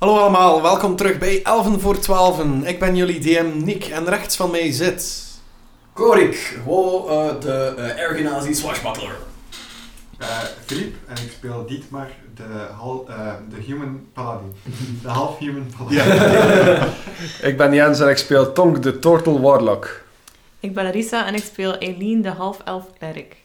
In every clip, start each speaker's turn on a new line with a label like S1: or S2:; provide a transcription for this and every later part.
S1: Hallo allemaal, welkom terug bij Elven voor 12. Ik ben jullie DM Nick en rechts van mij zit.
S2: Korik, wow, eh, de eh ergenazi swashbuckler.
S3: Eh, Filip en ik speel Dietmar, de, hal, eh, de human paladin. De half-human paladin.
S4: Ik ben Jens en ik speel Tonk de Turtle Warlock.
S5: Ik ben Larissa en ik speel Eileen, de half-elf cleric.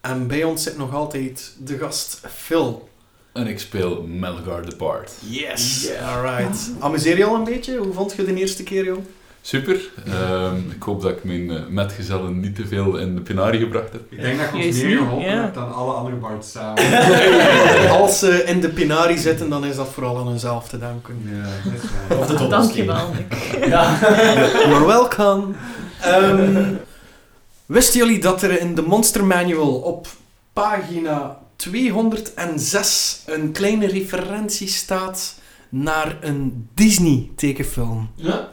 S1: En bij ons zit nog altijd de gast Phil.
S6: En ik speel Melgar the Bard.
S1: Yes!
S2: Yeah.
S1: Alright. Amuseer je al een beetje? Hoe vond je de eerste keer, joh?
S6: Super. Ehm, ik hoop dat ik mijn eh, metgezellen niet te veel in de penarie gebracht heb.
S3: Ik denk dat ik ons
S5: Jezus,
S3: meer geholpen
S5: ja.
S3: heb dan alle andere bards samen.
S1: Als ze in de pinari zitten, dan is dat vooral aan hunzelf te danken.
S3: Ja, dat is
S2: Of
S3: waar.
S2: de donders
S5: Dankjewel, Nick.
S2: Ja.
S1: You're welcome. Ehm, wisten jullie dat er in de Monster Manual op pagina 206 een kleine referentie staat naar een Disney-tekenfilm?
S2: ja.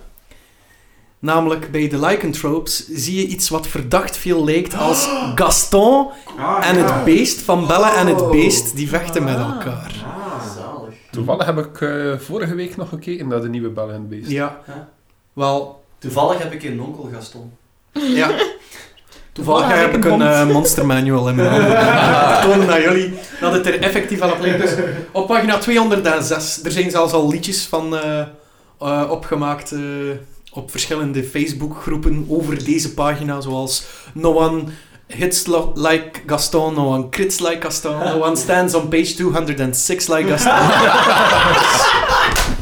S1: Namelijk bij de Lycantropes zie je iets wat verdacht veel lijkt als Gaston
S3: Ah,
S1: en
S3: ja.
S1: het beest van Bella en het
S2: Oh.
S1: beest die vechten met
S5: Ah.
S1: elkaar.
S3: Ah.
S2: Zalig.
S4: Toevallig heb ik eh, vorige week nog gekeken naar de nieuwe Bell and
S2: Ah.
S4: Beast.
S1: Ja,
S2: Ja.
S1: wel,
S2: Toevallig heb ik een onkel Gaston.
S1: ja. Toevallig
S5: Voilà,
S1: heb ik een
S5: mond.
S1: eh, monster manual in mijn handen. Ik toon aan jullie dat het er effectief aan op lijkt. Dus op pagina 206, er zijn zelfs al liedjes van eh, eh, opgemaakt eh, op verschillende Facebookgroepen over deze pagina, zoals No One Hits lo- Like Gaston, No One Crits Like Gaston, No One Stands on Page 206 Like Gaston.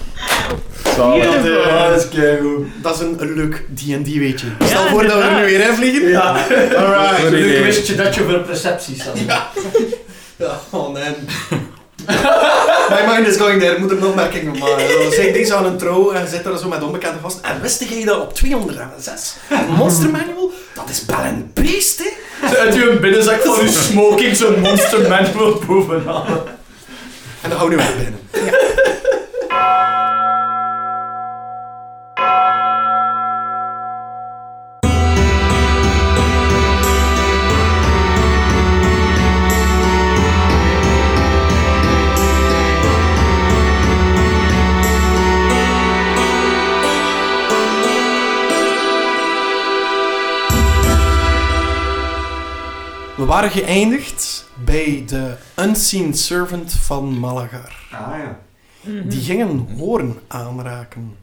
S4: Zalig.
S1: Dat, eh,
S2: is keigoed.
S1: dat is een leuk D&D weetje. Stel
S5: Ja,
S1: voor dat we er nu
S5: inderdaad.
S1: weer in vliegen.
S2: Ja.
S4: Goed
S1: Alright.
S4: idee.
S2: Gelukkig wist je dat je voor percepties had.
S1: Ja, oh nee. My mind is going there, ik moet er een opmerking van maken. Zo, Zijn deze aan een trouw en zit er zo met onbekenden vast. En wist jij dat op 206 een Monster Manual, dat is Bell and Beast, hè?
S2: Uit uw binnenzak van uw smoking zo'n monster manual bovenaan.
S1: En dan houden we het binnen. We waren geëindigd bij de Unseen Servant van Malagar.
S3: Ah ja.
S5: Mhm.
S1: Die ging een hoorn aanraken.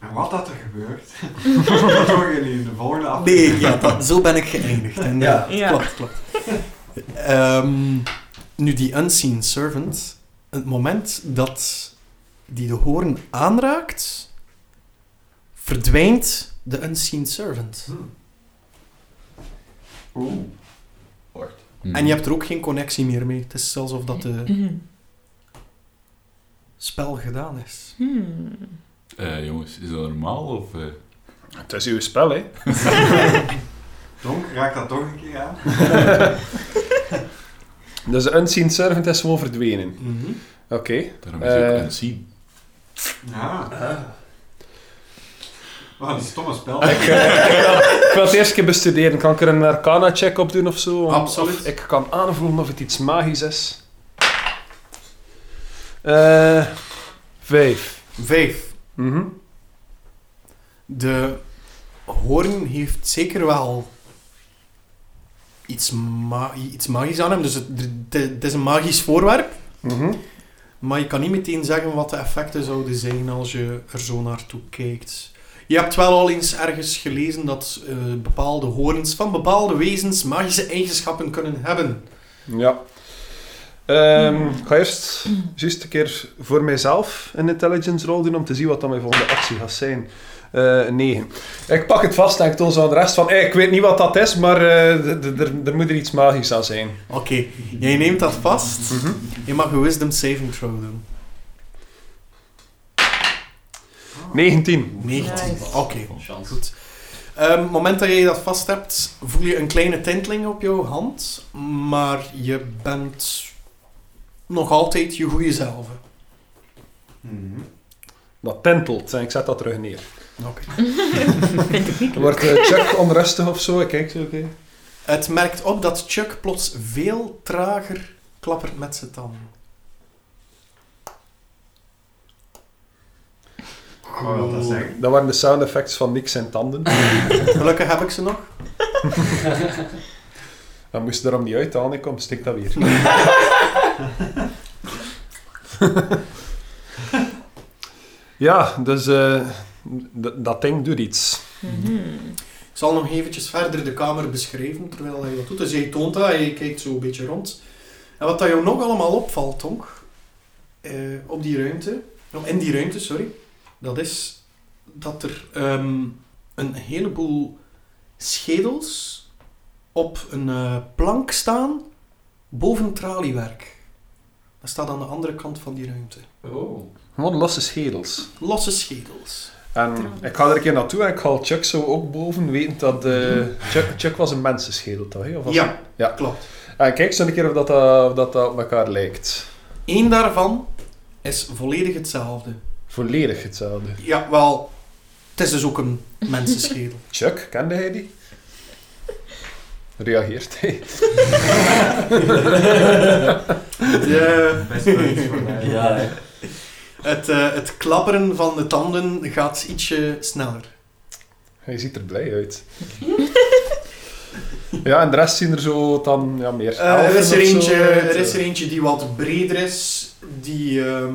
S3: En wat dat er gebeurt, dat horen jullie in de volgende aflevering.
S1: Ah, Nee, ja, dat, zo ben ik geëindigd. En ja,
S5: Ja.
S1: klopt, klopt. Ehm, nu, die Unseen Servant, het moment dat die de hoorn aanraakt, verdwijnt de Unseen Servant.
S3: Oeh.
S6: Hmm.
S1: En je hebt er ook geen connectie meer mee. Het is alsof dat eh, de spel gedaan is.
S5: Hmm.
S6: Eh, jongens, is dat normaal? Of, eh?
S4: Het is uw spel, hè?
S3: Donk, raak dat toch een keer aan.
S4: Dus de Unseen
S5: Mhm.
S4: Servant is gewoon verdwenen. Oké.
S6: Daarom is het ook
S4: Eh.
S6: een zien.
S3: Ja. Wat een stomme spel.
S4: Ik, eh, ik wil- ik wil het eerst een keer bestuderen. Kan ik er een arcana-check op doen of zo?
S6: Ah.
S4: Om-
S1: Absoluut.
S4: of ik kan aanvoelen of het iets magisch is. Eh vijf.
S1: Vijf.
S4: Mhm.
S1: De hoorn heeft zeker wel iets, ma- iets magisch aan hem. Dus het, d- d- het is een magisch voorwerp.
S4: Mhm.
S1: Maar je kan niet meteen zeggen wat de effecten zouden zijn als je er zo naartoe kijkt. Je hebt wel al eens ergens gelezen dat eh, bepaalde hoorns van bepaalde wezens magische eigenschappen kunnen hebben.
S4: Ja. Ehm, Ik ga eerst juist een keer voor mijzelf een intelligence roll doen om te zien wat dan mijn volgende actie gaat zijn. Eh 9. Ik pak het vast en ik toon zo aan de rest van, "Hey, ik weet niet wat dat is, maar eh, d- d- d- er moet er iets magisch aan zijn.
S1: Oké, jij neemt dat vast.
S4: Mhm.
S1: Je mag een wisdom saving throw doen.
S3: Ah.
S4: 19.
S1: 19.
S5: Nice.
S1: Oké.
S2: Chance.
S1: Goed. Ehm, het moment dat je dat vast hebt, voel je een kleine tinteling op jouw hand, maar je bent nog altijd je goede zelf.
S3: Mhm.
S4: Dat tentelt en ik zet dat terug neer.
S1: Oké.
S5: Vind ik niet
S4: Er wordt eh, Chuck onrustig of zo, ik kijk zo, oké.
S1: Het merkt op dat Chuck plots veel trager klappert met zijn tanden.
S3: wou wel Oh, dat zeggen.
S4: Dat waren de sound effects van niks en tanden.
S1: Gelukkig heb ik ze nog.
S4: Dat moest daarom niet uit aan. Ik kom, stik dat weer. ja, dus eh, d- dat ding doet iets.
S5: Mhm.
S1: Ik zal nog eventjes verder de kamer beschrijven terwijl hij dat doet. Dus hij toont dat, hij kijkt zo een beetje rond. En wat dat jou nog allemaal opvalt, Tonk, eh, op die ruimte, of in die ruimte, sorry, dat is dat er ehm, een heleboel schedels op een eh, plank staan boven traliewerk. Dat staat aan de andere kant van die ruimte.
S2: Oh.
S4: Gewoon losse schedels.
S1: Losse schedels.
S4: En ik ga er een keer naartoe en ik haal Chuck zo ook boven, wetend dat... eh, Chuck, Chuck was een mensenschedel, toch? hè? Of was
S1: Ja,
S4: ja.
S1: klopt.
S4: En kijk zo een keer of dat, dat, of dat, dat op elkaar lijkt.
S1: Eén daarvan is volledig hetzelfde.
S4: Volledig hetzelfde.
S1: Ja, wel, het is dus ook een mensenschedel.
S4: Chuck, kende hij die? Reageert hij?
S1: De-
S3: Best wel iets voor mij.
S2: Ja, hè.
S1: het, eh, het klapperen van de tanden gaat ietsje sneller.
S4: Hij ziet er blij uit. ja, en de rest zien er zo dan ja, meer
S1: Eh, er,
S4: elfen
S1: is er,
S4: of zo
S1: eentje,
S4: uit. eh.
S1: er is er eentje die wat breder is, die ehm,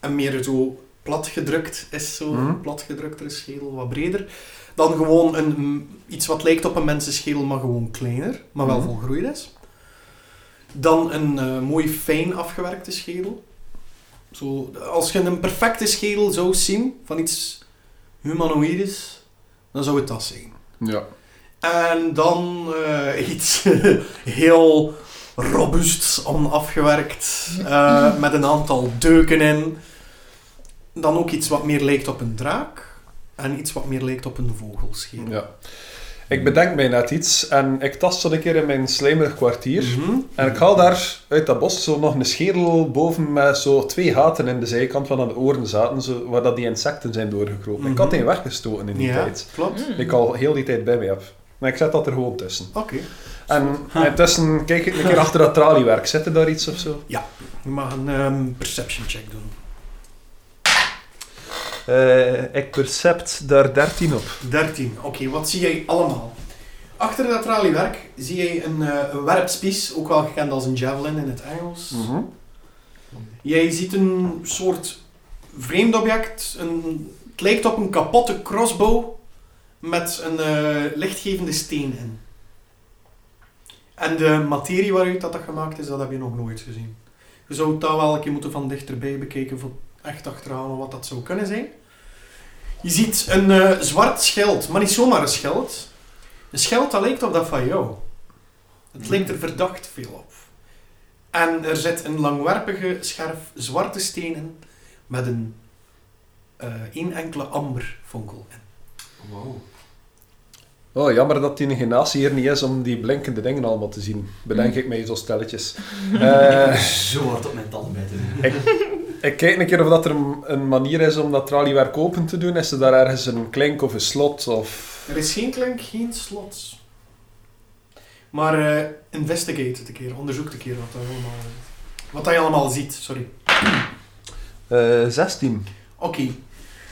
S1: en meer zo platgedrukt is, zo
S4: Mhm.
S1: platgedruktere schedel, wat breder. Dan gewoon een, mm, iets wat lijkt op een mensenschedel, maar gewoon kleiner, maar wel
S4: Mhm.
S1: volgroeid is. Dan een eh, mooi fijn afgewerkte schedel. Zo, als je een perfecte schedel zou zien, van iets humanoïdes, dan zou het dat zijn.
S4: Ja.
S1: En dan eh, iets heel robuusts, onafgewerkt, eh, met een aantal deuken in. Dan ook iets wat meer lijkt op een draak. En iets wat meer lijkt op een vogelschedel.
S4: ja. Ik bedenk mij net iets en ik tast zo een keer in mijn slijmerig kwartier.
S1: Mhm.
S4: En ik haal daar uit dat bos zo nog een schedel boven met zo twee gaten in de zijkant waar aan de oren zaten, zo, waar dat die insecten zijn doorgekropen. Ik had
S1: Mhm.
S4: die weggestoten in die
S1: Ja,
S4: tijd.
S1: klopt.
S5: Mhm.
S4: Die Ik al heel die tijd bij me heb. Maar ik zet dat er gewoon tussen.
S1: Oké,
S4: En intussen kijk ik een keer achter dat traliewerk. Zit er daar iets of zo?
S1: je mag een ehm, perception check doen.
S4: Eh, ik percept daar 13 op.
S1: 13. Oké, wat zie jij allemaal? Achter dat traliewerk zie jij een, eh, een werpspies, ook wel gekend als een javelin in het Engels.
S4: Mhm.
S1: Jij ziet een soort vreemd object. Een, het lijkt op een kapotte crossbow met een eh, lichtgevende steen in. En de materie waaruit dat, dat gemaakt is, dat heb je nog nooit gezien. Je zou het daar wel een keer moeten van dichterbij bekijken voor echt achterhalen wat dat zou kunnen zijn. Je ziet een eh, zwart schild, maar niet zomaar een schild. Een schild dat lijkt op dat van jou. Het lijkt er verdacht veel op. En er zit een langwerpige, scherp zwarte steen in met een eh één enkele ambervonkel in.
S3: Wow.
S4: Oh, jammer dat die negenatie hier niet is om die blinkende dingen allemaal te zien.
S2: Mm.
S4: Bedenk ik mij zo stelletjes. Eh,
S2: Zo hard op mijn tanden bij te doen.
S4: ik kijk een keer of dat er een, een manier is om dat traliewerk open te doen. Is er daar ergens een klink of een slot of...
S1: Er is geen klank, geen slot. Maar eh, investigate het een keer, onderzoek een keer wat, dat allemaal, wat dat je allemaal ziet. Sorry.
S4: 16.
S1: Oké.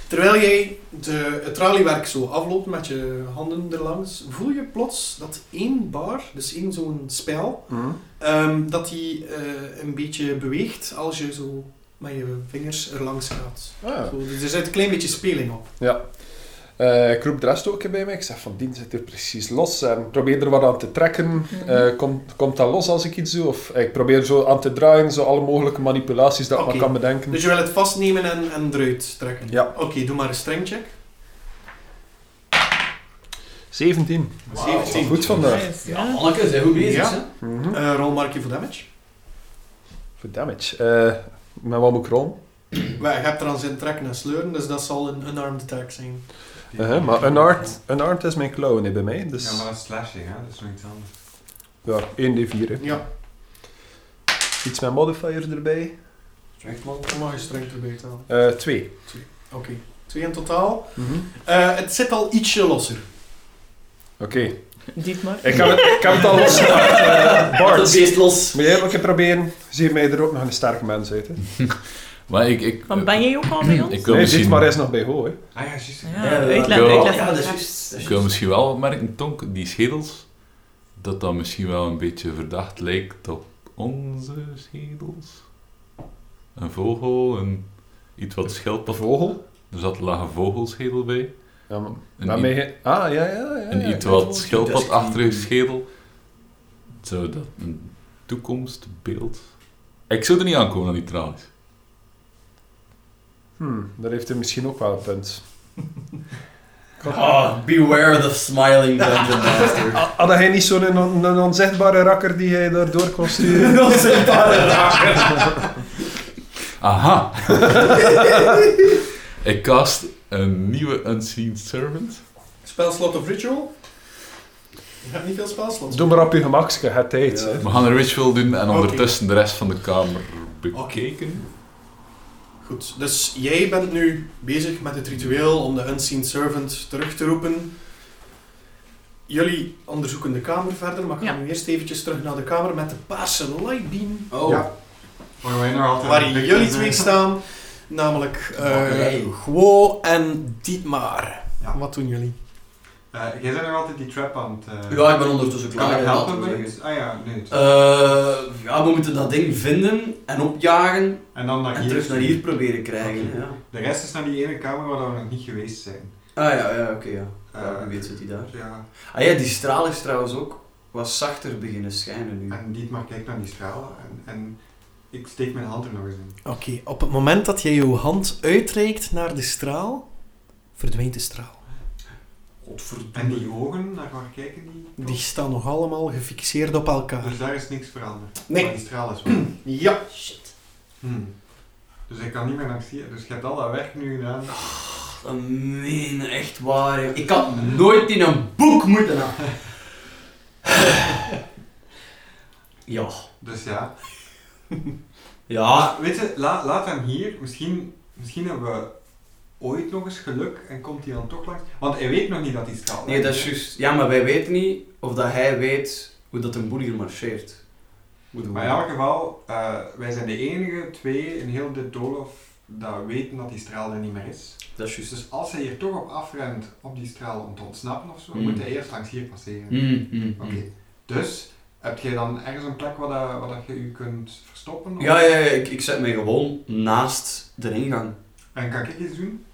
S1: Terwijl jij de, het traliewerk zo afloopt met je handen erlangs, voel je plots dat één bar, dus één zo'n spijl,
S4: Mm.
S1: Ehm, dat die eh, een beetje beweegt als je zo met je vingers erlangs gaat.
S4: Ah.
S1: Zo, dus er zit een klein beetje speling op.
S4: Ja. Eh, ik roep de rest ook bij mij. Ik zeg van, die zit er precies los. En probeer er wat aan te trekken.
S2: Mm.
S4: Eh, komt, komt dat los als ik iets doe? Of eh, ik probeer zo aan te draaien, zo alle mogelijke manipulaties dat ik
S1: Oké.
S4: maar kan bedenken.
S1: Dus je wil het vastnemen en, en eruit trekken.
S4: Ja.
S1: Oké, doe maar een strengcheck.
S4: 17.
S3: Wauw.
S1: 17.
S4: Goed vandaag.
S5: Nice,
S2: Ja,
S5: ja.
S2: manneke, zijn goed bezig,
S1: Ja.
S2: hè?
S6: Hm?
S4: Mhm.
S1: Eh rol markje voor damage.
S4: Voor damage. Eh met wat moet ik rollen?
S1: Maar je hebt er aan zijn trekken en sleuren, dus dat zal een unarmed attack zijn.
S4: Eh, maar unarmed, unarmed is mijn klauw niet bij mij. Dus
S3: Ja, maar
S4: ja,
S3: dat is slashing, hè? Dat is nog iets anders.
S4: 1d4. hè.
S1: Ja,
S4: Iets met modifier erbij. Eh,
S2: Strength man.
S1: dan mag je strength erbij talen.
S4: 2.
S1: Oké, twee in totaal. Eh, het zit al ietsje losser.
S4: Oké.
S5: Dietmar.
S4: Ik heb het, ik heb het al losgemaakt. eh,
S2: Bart.
S4: Bart,
S2: Het beest los.
S4: moet jij ook een proberen? Zie mij er ook nog een sterke mens uit. Hè?
S6: Maar ik... ik
S5: Want ben jij ook al bij ons?
S6: ik wil
S4: Nee,
S6: misschien...
S4: dit maar is nog bij Ho. Hè.
S3: Ah ja, juist.
S5: Ja,
S2: Ja,
S5: uitleg,
S2: ja.
S5: uitleg.
S2: Ja, dat is juist. dat is
S6: Ik wil
S2: juist.
S6: misschien wel opmerken, Tonk, die schedels, dat dat misschien wel een beetje verdacht lijkt op onze schedels. Een vogel, een iets wat
S4: De
S6: schildpad.
S4: vogel.
S6: Er zat een lage vogelschedel bij.
S4: Ja, maar
S6: Een,
S4: daarmee
S6: i-
S4: ge- Ah, ja, ja, ja. ja,
S6: een
S4: ja.
S6: iets wat
S2: dat
S6: schildpadachtige
S2: is-
S6: schedel. Zou dat een toekomstbeeld... Ik zou er niet aankomen aan die tralies.
S4: Hmm, daar heeft hij misschien ook wel een punt.
S2: Ah, beware the smiling dungeon master.
S4: Had hij niet zo'n on- een onzichtbare rakker die hij daardoor kon sturen?
S2: Dat is een paar dagen.
S6: Aha! ik cast een nieuwe Unseen Servant.
S1: Spelslot of ritual? Je hebt niet veel spelslots.
S4: Doe maar op je gemakske, je hebt tijd. hè.
S6: We gaan een ritual doen en
S1: Oké.
S6: ondertussen de rest van de kamer bekeken.
S1: Goed, dus jij bent nu bezig met het ritueel om de Unseen Servant terug te roepen. Jullie onderzoeken de kamer verder, maar ik ga
S5: Ja.
S1: nu eerst eventjes terug naar de kamer met de paarse lightbeam.
S2: Oh.
S3: Ja. Waar wij nog altijd
S1: Waar
S3: een beetje
S1: jullie
S3: zijn.
S1: twee staan, namelijk eh
S2: Bakkerij.
S1: Guo en Dietmar.
S3: Ja.
S1: Wat doen jullie?
S3: Eh, jij bent nog altijd die trap aan het... eh,
S2: Ja, ik ben ondertussen klaar.
S3: Kan ik
S2: laten
S3: helpen
S2: we
S3: bij
S2: zeggen.
S3: iets? Ah ja, nee.
S2: Eh, ja, we moeten dat ding vinden en opjagen
S3: En dan naar
S2: en
S3: hier.
S2: terug naar hier proberen krijgen. Ja.
S3: De rest is naar die ene kamer waar we nog niet geweest zijn.
S2: Ah ja, ja oké ja. ja.
S3: Eh,
S2: Wie weet zit hij daar.
S3: Ja,
S2: Ah ja, die straal is trouwens ook wat zachter beginnen schijnen nu.
S3: en Dietmar kijkt naar die straal en, en ik steek mijn hand er nog eens in.
S1: Oké, op het moment dat jij je hand uitreikt naar de straal, verdwijnt de straal.
S3: En
S2: Godverdomme.
S3: die ogen, naar waar kijken die?
S1: Die staan nog allemaal gefixeerd op elkaar.
S3: Dus daar is niks veranderd.
S1: Nee.
S3: Maar die straal is wel.
S1: Ja.
S3: Hm. Dus ik kan niet meer naar zien. Dus je hebt al dat werk nu gedaan.
S2: Dat meen echt waar. hè. Ik had nooit in een boek moeten aan. Ja.
S3: Dus ja.
S2: Ja.
S3: Maar weet je, la- laat hem hier. Misschien, misschien hebben we ooit nog eens geluk en komt hij dan toch langs. Want hij weet nog niet dat hij straal
S2: Nee, dat is juist. Ja, maar wij weten niet of dat hij weet hoe dat een boel hier marcheert. Moeten we-
S3: Maar in elk geval, eh, wij zijn de enige twee in heel dit doolhof dat weten dat die straal er niet meer is.
S2: Dat is juist.
S3: Dus als hij hier toch op afrent om die straal om te ontsnappen of zo,
S2: Hmm.
S3: moet hij eerst langs hier passeren.
S2: Mm, mm,
S3: Oké.
S2: mm.
S3: Dus, heb jij dan ergens een plek waar, dat, waar dat je u kunt verstoppen? Of-
S2: Ja, ja, ja, ik, ik zet mij gewoon naast de ingang.
S3: En kan ik iets doen?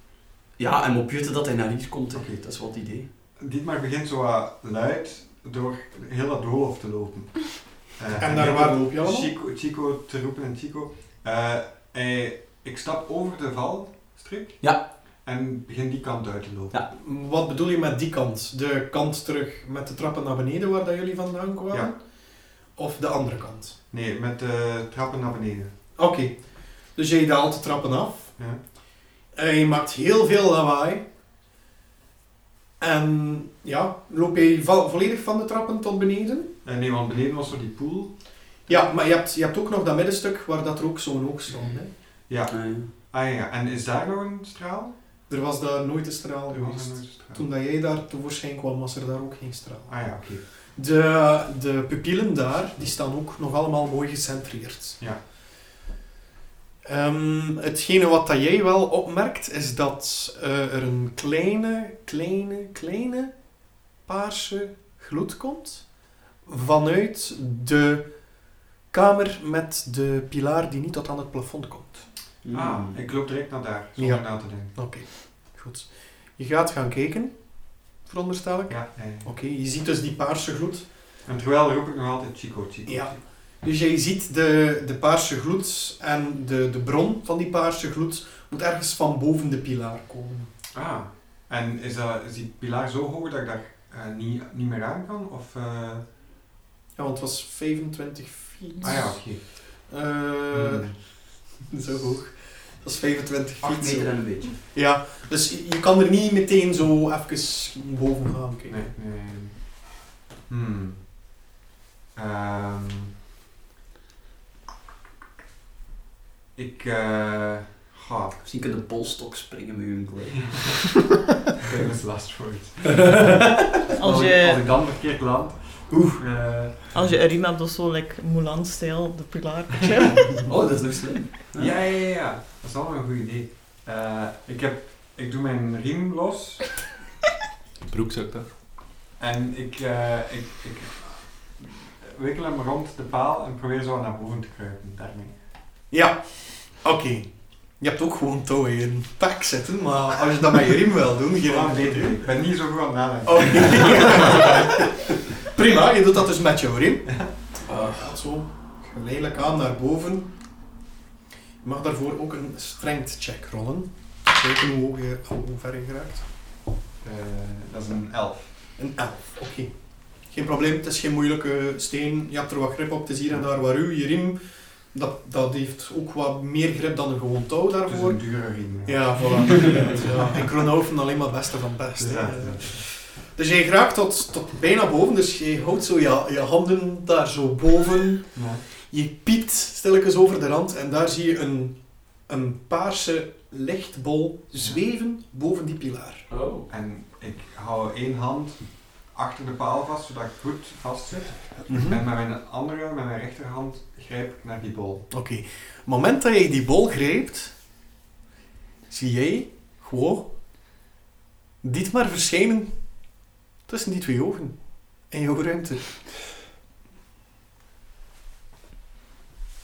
S2: Ja, en moet jutten dat hij naar hier komt. hè.
S3: Oké.
S2: Dat is wel het idee.
S3: Dietmar begint zo wat luid door heel dat doolhof te lopen. Eh,
S1: En daar
S3: heel
S1: waar loop je allemaal?
S3: Chico, Chico te roepen en Chico. eh, hij- ik stap over de valstrik.
S2: Ja.
S3: En begin die kant uit te lopen.
S1: Wat bedoel je met die kant? De kant terug met de trappen naar beneden waar dat jullie vandaan kwamen?
S3: Ja.
S1: Of de andere kant?
S3: Nee, met de trappen naar beneden.
S1: Oké, dus jij daalt de trappen af.
S3: Ja.
S1: En je maakt heel veel lawaai. En ja, loop je vo- volledig van de trappen tot beneden?
S3: En Eh, nee, want beneden was er die pool.
S1: Ja, maar je hebt, je hebt ook nog dat middenstuk waar dat er ook zo'n oog stond. Hè?
S3: Ja.
S2: Ah, ja.
S3: Ah ja, en is daar nog een straal?
S1: Er was daar nooit een straal
S3: Er was
S1: geweest.
S3: nog een straal.
S1: Toen dat jij daar tevoorschijn kwam, was er daar ook geen straal.
S3: Ah ja, oké.
S1: De, de pupillen daar, die staan ook nog allemaal mooi gecentreerd.
S3: Ja.
S1: Ehm, hetgene wat dat jij wel opmerkt, is dat eh, er een kleine, kleine, kleine paarse gloed komt vanuit de kamer met de pilaar die niet tot aan het plafond komt.
S2: Hmm. Mm.
S3: Ah, ik loop direct naar daar, zonder
S1: Ja.
S3: na te denken.
S1: Oké, goed. Je gaat gaan kijken, veronderstel ik.
S3: Ja, ja, ja.
S1: Oké, je ziet dus die paarse gloed.
S3: En terwijl roep ik nog altijd Chico, Chico.
S1: Ja. Dus jij ziet de, de paarse gloed en de, de bron van die paarse gloed moet ergens van boven de pilaar komen.
S3: Ah, en is, dat, is die pilaar zo hoog dat ik daar eh, niet, niet meer aan kan? Of, eh,
S1: Ja, want het was 25 feet.
S3: Ah ja, oké. Hmm.
S1: Eh, Zo hoog. Dat was 25
S2: 8
S1: feet.
S2: meter
S1: zo.
S2: en een beetje.
S1: Ja, dus je je kan er niet meteen zo even boven gaan kijken.
S3: Nee, nee. nee. Hmm. Ehm. ik, eh. ga.
S2: Misschien kunnen de polstok springen met hun kleed.
S3: Famous last words.
S5: Als
S3: ik-
S5: je-
S3: als ik dan verkeerd land. Oeh. eh,
S5: Als je Arima doet zo, like Mulan-stijl, de pilaar.
S2: Oh, dat is nog slim.
S3: ja, ja, ja, ja. Dat is wel een goed idee. Eh, ik, heb, ik doe mijn riem los
S6: Broekzak daar.
S3: en ik, eh, ik, ik wikkel hem rond de paal en probeer zo naar boven te kruipen. Daarmee.
S1: Ja, oké. Je hebt ook gewoon touw in een pak zitten, maar als je dat met je riem wil doen,
S3: Ik
S1: geen aan Oh.
S3: beter. Ik ben niet zo goed aan het nadenken.
S1: Oké. Prima, je doet dat dus met jouw riem.
S3: Ah.
S1: Gaat zo geleidelijk aan naar boven. Je mag daarvoor ook een strength check rollen. Kijken hoe, hoog je, hoe ver je geraakt.
S3: Eh, dat is een elf.
S1: Een 11, oké. Geen probleem, het is geen moeilijke steen. Je hebt er wat grip op, het is hier en daar waar u. Je riem, dat, dat heeft ook wat meer grip dan een gewoon touw
S3: Dat is
S1: daarvoor.
S3: een dure riem.
S1: Ja, voilà. inderdaad, ja. En Kroonhoven alleen maar het beste van het beste.
S3: Ja.
S1: hè. Dus jij raakt tot, tot bijna boven, dus je houdt zo je, je handen daar zo boven.
S3: Ja.
S1: Je piept stilletjes over de rand en daar zie je een, een paarse lichtbol zweven boven die pilaar.
S2: Oh.
S3: En ik hou één hand achter de paal vast, zodat ik goed vast zit.
S1: Mhm.
S3: En met mijn andere, met mijn rechterhand, grijp ik naar die bol.
S1: Oké, het moment dat je die bol grijpt, zie jij gewoon dit maar verschijnen tussen die twee ogen in jouw ruimte.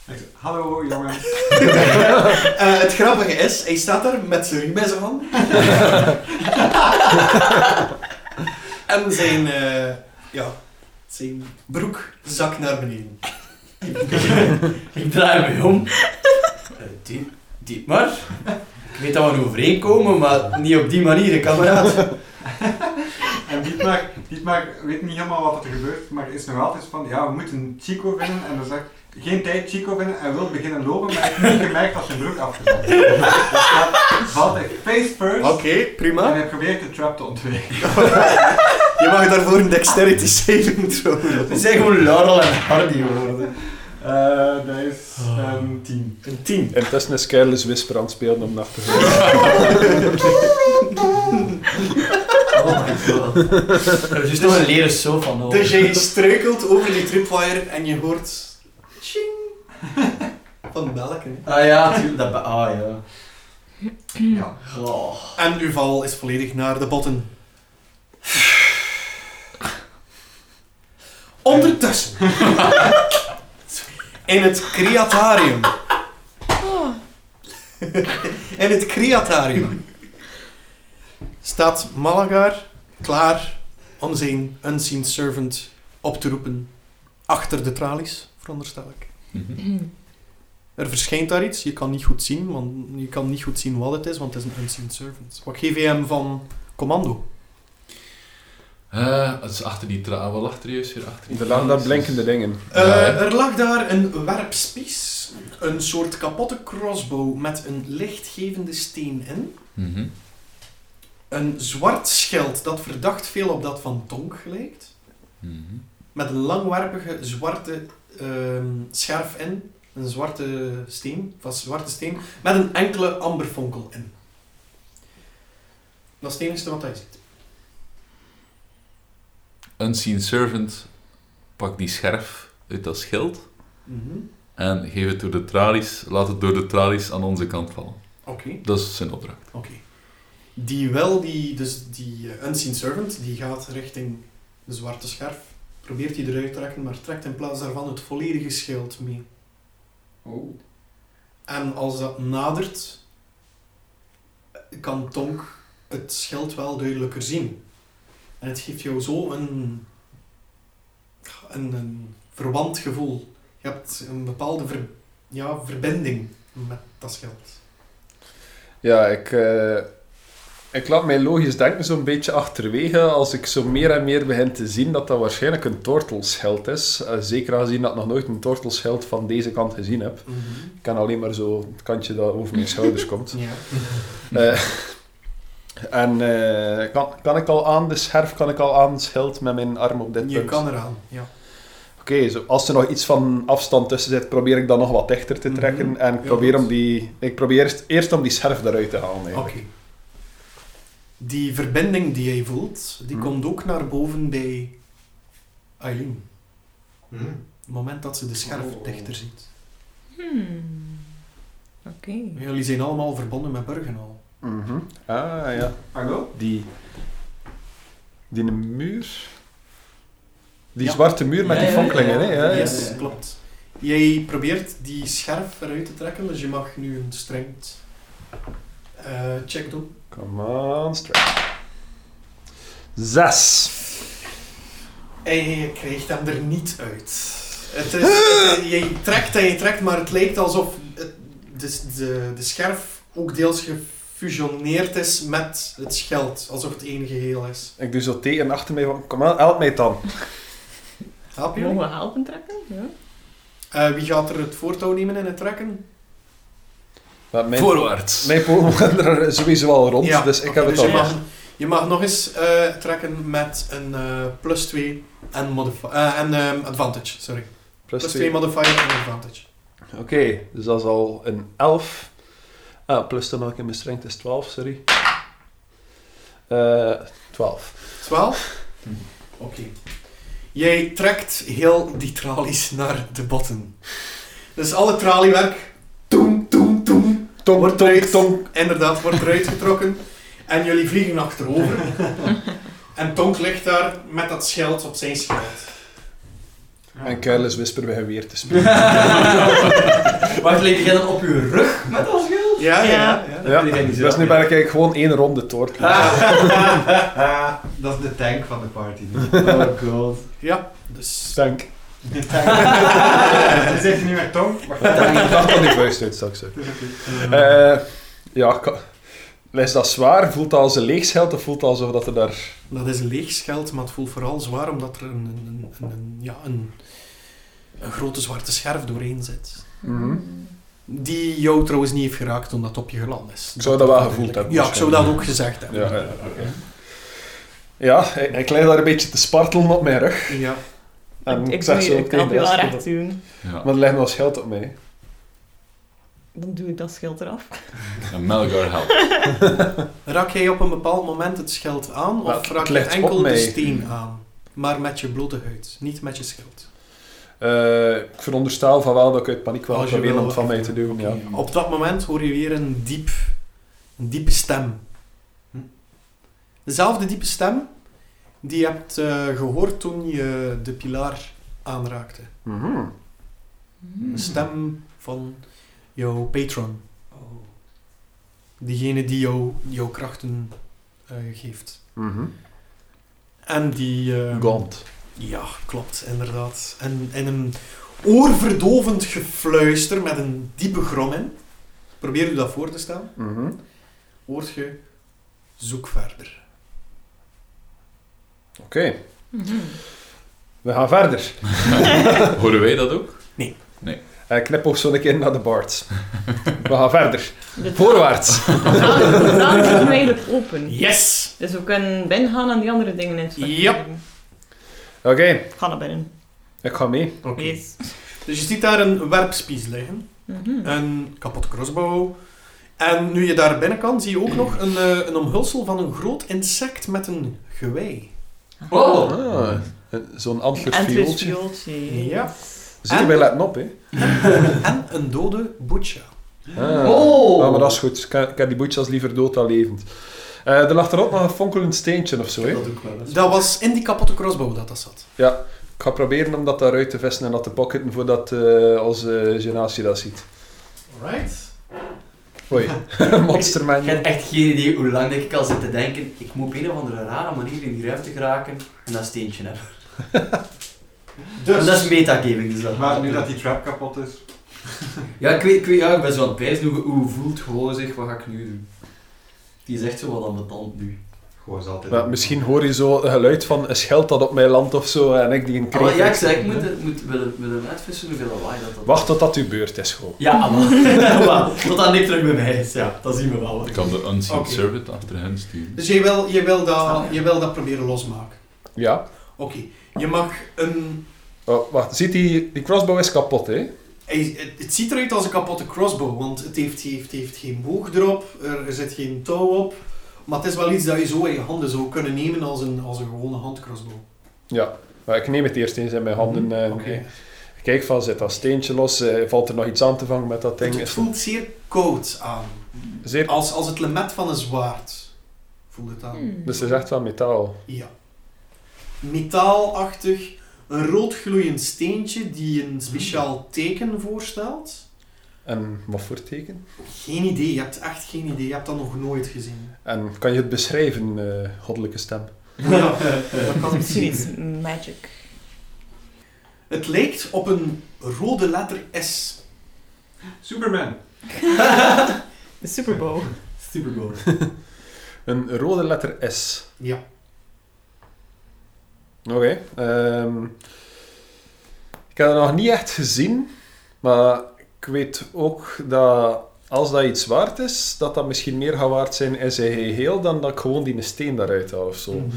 S3: Ik zeg, hallo jongen.
S1: Eh, het grappige is, hij staat daar met zijn riem bij zijn hand. en zijn, eh, ja, zijn broek zakt naar beneden.
S2: ik draai me om. Eh, Diep, diep maar. Ik weet dat we er overeen komen, maar niet op die manier, hè, kameraad.
S3: En Dietmar, Dietmar weet niet helemaal wat er gebeurt, maar is nog altijd van, ja, we moeten Chico vinden. En dan zegt, geen tijd Chico vinden en wil beginnen lopen, maar ik heb niet gemerkt dat zijn broek afgezet is. Dus dat valt echt face first. En
S1: prima.
S3: hij probeert de trap te ontwijken.
S1: Je mag daarvoor een dexterity saving throw.
S2: We zijn gewoon Laurel en Hardy geworden.
S3: Eh, dat is
S2: Ah.
S3: ehm, een 10.
S1: Een 10.
S4: Intussen is Careless Whisper aan het spelen om nacht te gaan.
S2: Oh my god. Er is dus nog een leren sofa nodig.
S1: Dus jij struikelt over die tripwire en je hoort... Tjing. Van belken.
S2: Ah ja, tuurlijk. Dat be- ah ja.
S3: Ja.
S2: Oh.
S1: En uw val is volledig naar de botten. Ondertussen. In het creatarium. In het creatarium. Staat Malagar klaar om zijn unseen servant op te roepen. Achter de tralies, veronderstel ik.
S5: Mhm.
S1: Er verschijnt daar iets, je kan niet goed zien, want je kan niet goed zien wat het is, want het is een unseen servant. Wat geef je hem van commando?
S6: Eh, het is achter die traan. Wat lag er juist hier achter? die
S4: Er lagen daar
S6: tralies?
S4: blinkende dingen.
S6: Ja, hè.
S1: Eh, er lag daar een werpspies, een soort kapotte crossbow met een lichtgevende steen in.
S6: Mhm.
S1: Een zwart schild dat verdacht veel op dat van Tonk gelijkt.
S6: Mhm.
S1: Met een langwerpige zwarte ehm, scherf in. Een zwarte steen, van zwarte steen, met een enkele amberfonkel in. Dat is het enige wat hij ziet.
S6: Unseen Servant pakt die scherf uit dat schild
S1: Mhm.
S6: en geef het door de tralies, laat het door de tralies aan onze kant vallen.
S1: Oké,
S6: Dat is zijn opdracht.
S1: oké. Die wel, die, dus die eh, Unseen Servant, die gaat richting de zwarte scherf. Probeert die eruit te trekken, maar trekt in plaats daarvan het volledige schild mee.
S2: Oh.
S1: En als dat nadert, kan Tonk het schild wel duidelijker zien. En het geeft jou zo een, een, een verwant gevoel. Je hebt een bepaalde ver- ja, verbinding met dat schild.
S4: Ja, ik, eh, ik laat mijn logisch denken zo'n beetje achterwege als ik zo meer en meer begin te zien dat dat waarschijnlijk een tortelschild is. Eh, zeker aangezien dat ik nog nooit een tortelschild van deze kant gezien heb. Ik kan alleen maar zo het kantje dat over mijn schouders komt.
S1: Ja.
S4: Eh, en eh, kan, kan ik al aan de scherf, kan ik al aan het schild met mijn arm op dit
S1: Je
S4: punt?
S1: kan eraan, ja.
S4: Oké, zo- als er nog iets van afstand tussen zit, probeer ik dan nog wat dichter te trekken.
S1: Mhm.
S4: En ik
S1: Ja,
S4: probeer,
S1: goed.
S4: om die, ik probeer eerst, eerst om die scherf eruit te halen.
S1: Oké.
S4: eigenlijk.
S1: die verbinding die hij voelt, die
S4: Hmm.
S1: komt ook naar boven bij Aileen.
S3: Hm?
S1: Op het moment dat ze de scherf
S2: Oh.
S1: dichter ziet.
S5: Hmm. Oké.
S1: Jullie zijn allemaal verbonden met Burgenal.
S4: Mhm. Ah, ja.
S3: Hallo?
S4: Die... Die muur... Die
S1: Ja.
S4: zwarte muur met
S2: Ja,
S4: die
S2: ja,
S4: fonkelingen,
S2: ja, ja.
S4: hè? Ja, ja.
S1: yes,
S2: ja.
S1: klopt. Jij probeert die scherf eruit te trekken, dus je mag nu een strengt eh, check doen.
S4: Come on, strike. Zes.
S1: En je krijgt hem er niet uit. Het is, het- je trekt en je trekt, maar het lijkt alsof het- de, de, de scherf ook deels gefusioneerd is met het scheld. Alsof het één geheel is.
S4: Ik doe zo tegen achter mij van, kom aan, help mij dan.
S1: Help je?
S5: Mogen we helpen trekken? Ja.
S1: Eh, wie gaat er het voortouw nemen in het trekken?
S4: Maar mijn,
S6: Voorwaarts.
S4: mijn poten gaan er sowieso al rond,
S1: Ja,
S4: dus ik
S1: oké,
S4: heb
S1: dus
S4: het
S1: je
S4: al.
S1: mag, je mag nog eens eh, trekken met een eh, plus 2 en, modifi- eh, en ehm, advantage. Sorry.
S4: Plus
S1: Plus
S4: twee.
S1: 2 modifier en advantage.
S4: Oké, dus dat is al een 11. Ah, plus dan ook in mijn strength is 12, sorry. Eh 12.
S1: 12? Oké. Jij trekt heel die tralies naar de botten. Dus alle traliewerk, toem, toem, toem,
S4: Tong,
S1: Wordt
S4: tong,
S1: eruit.
S4: tong.
S1: inderdaad, wordt eruit getrokken. En jullie vliegen achterover. en Tonk ligt daar met dat scheld op zijn scheld.
S4: En Careless Whisper bij weer te spelen.
S2: Wacht, leek jij dan op je rug met dat schild?
S1: Ja, ja, ja.
S5: Ja.
S4: ja,
S2: ben ik niet zo.
S4: dus nu ben ik eigenlijk gewoon één ronde toort.
S3: Ah, dat is de tank van de party.
S2: Oh god.
S1: Ja, dus...
S4: Stank.
S3: De tank. Zegt hij nu met tong? Wacht,
S4: Ik dacht dat die vuist uit straks.
S3: het is oké.
S4: Eh ja, ka- is dat zwaar? Voelt dat als een leeg scheld of voelt dat alsof dat er daar...
S1: Dat is een leeg scheld, maar het voelt vooral zwaar omdat er een, een, een, een- ja, een, een grote zwarte scherf doorheen zit.
S4: Mhm.
S1: Die jou trouwens niet heeft geraakt omdat het op je geland is.
S4: Ik zou dat wel gevoeld hebben.
S1: Ja, ik zou dat ook gezegd hebben.
S4: Ja, ja, ja ik, ik lig daar een beetje te spartelen op mijn rug.
S1: Ja.
S4: En
S5: ik
S4: ik zeg zo
S5: doe, ik
S4: tegen
S5: help
S4: de
S5: je wel
S4: rest.
S5: recht
S4: dat-
S5: doen.
S6: Ja.
S4: Maar er ligt nog scheld op mij.
S5: Dan doe ik dat schild eraf.
S6: En Melgar helpt.
S1: Raak jij op een bepaald moment het scheld aan
S4: Maar
S1: of
S4: het
S1: raak je
S4: ligt op
S1: enkel de
S4: mij.
S1: steen aan? Maar met je blote huid, niet met je scheld.
S4: Eh, ik veronderstel van wel dat ik uit paniek wel
S1: Als je
S4: probeer
S1: wil,
S4: om het van
S1: oké.
S4: mij te doen. Ja.
S1: Op dat moment hoor je weer een, diep, een diepe stem. Hm? Dezelfde diepe stem die je hebt eh, gehoord toen je de pilaar aanraakte.
S4: Mhm.
S1: Een stem van jouw patron. Diegene die jou, jouw krachten eh, geeft.
S4: Mhm.
S1: En die... eh,
S4: Gond.
S1: Ja, klopt, inderdaad. En, en een oorverdovend gefluister met een diepe grom in. Probeer u dat voor te stellen.
S4: Mhm.
S1: Hoort je, zoek verder.
S4: Oké,
S5: Mhm.
S4: we gaan verder.
S6: Horen wij dat ook?
S4: Eh knip ook zo een keer naar de bard. we gaan verder.
S5: De
S4: Voorwaarts.
S5: taal- De taal is nu eigenlijk open.
S1: Yes!
S5: Dus we kunnen binnen gaan en die andere dingen inspecteren.
S1: Ja.
S4: Oké,
S5: Ga naar binnen.
S4: ik ga mee.
S1: Oké.
S5: Yes.
S1: Dus je ziet daar een werpspies liggen.
S5: Mhm.
S1: Een kapotte crossbow. En nu je daar binnen kan, zie je ook nog een, eh, een omhulsel van een groot insect met een gewei.
S2: Oh!
S4: Ah, eh, Zo'n antwoord
S5: En twee
S4: viooltje.
S5: viooltje.
S1: Ja.
S4: Zie je, wij letten op, hè.
S1: En een dode butcher.
S4: Ah.
S2: Oh!
S4: Ah, maar dat is goed. Ik heb- Ik heb die boetjes liever dood dan levend. Eh, er lag er ook nog een fonkelend steentje of zo. Hè?
S2: Dat doe ik wel eens.
S1: Dat was in die kapotte crossbow dat dat zat.
S4: Ik ga proberen om dat daaruit te vissen en dat te pocketen voordat eh onze generatie dat ziet.
S1: Alright.
S4: Oei, monsterman.
S2: Ik heb echt geen idee hoe lang ik al zit te denken. Ik moet op een of andere rare manier in die ruimte geraken en dat steentje hebben. En dat is metagaming, dus dat.
S3: Dus, Maar nu dat die trap kapot is,
S2: Ja, ik weet, ik weet, ja, ik ben zo aan het pijzen. Hoe, hoe voelt gewoon zich, wat ga ik nu doen? Die is echt zo wat aan de tand nu.
S3: gewoon zal altijd.
S4: Maar misschien hoor je zo een geluid van een scheld dat op mijn land of zo eh, en ik die een kreet.
S2: Ah, ja, ik zei, ik moet, het- moet willen, willen uitvissen hoeveel lawaai dat dat
S4: Wacht tot dat uw beurt is gewoon.
S2: Ja, maar, maar tot aan niks terug bij mij is. Ja, dat zien we wel.
S6: Ik kan de Unseen
S1: Oké.
S6: Servant achter hen sturen.
S1: Dus jij wil, jij wil, dat,
S2: Ah, ja.
S1: jij wil dat proberen losmaken.
S4: Ja.
S1: Oké, je mag een...
S4: Oh, wacht, ziet die, die crossbow is kapot hè?
S1: hij- Het, het ziet eruit als een kapotte crossbow, want het heeft, heeft, heeft geen boog erop, er zit geen touw op. Maar het is wel iets dat je zo in je handen zou kunnen nemen als een, als een gewone handcrossbow.
S4: Ja, maar ik neem het eerst eens in mijn handen. eh,
S1: Mhm. Oké.
S4: Ik kijk van, zit dat steentje los? eh, valt er nog iets aan te vangen met dat ding?
S1: Het, het
S4: Is het
S1: voelt zeer koud aan.
S4: zeer...
S1: Als, als het lemet van een zwaard voelt het aan.
S5: Hmm.
S4: Dus het is echt wel metaal.
S1: Ja. Metaalachtig, een rood gloeiend steentje die een speciaal teken voorstelt.
S4: En wat voor teken?
S1: Geen idee, je hebt echt geen idee, je hebt dat nog nooit gezien.
S4: En kan je het beschrijven, eh, goddelijke stem?
S1: Ja, dat kan ik
S5: Misschien
S1: zien.
S5: iets magic.
S1: Het lijkt op een rode letter S.
S3: Superman.
S5: De Super Bowl.
S1: Superbowl.
S4: Een rode letter S.
S1: Ja.
S4: Oké. ehm, ik heb het nog niet echt gezien, maar ik weet ook dat als dat iets waard is, dat dat misschien meer gaat waard zijn in zijn geheel dan dat ik gewoon die steen daaruit haal of zo.
S1: Mhm.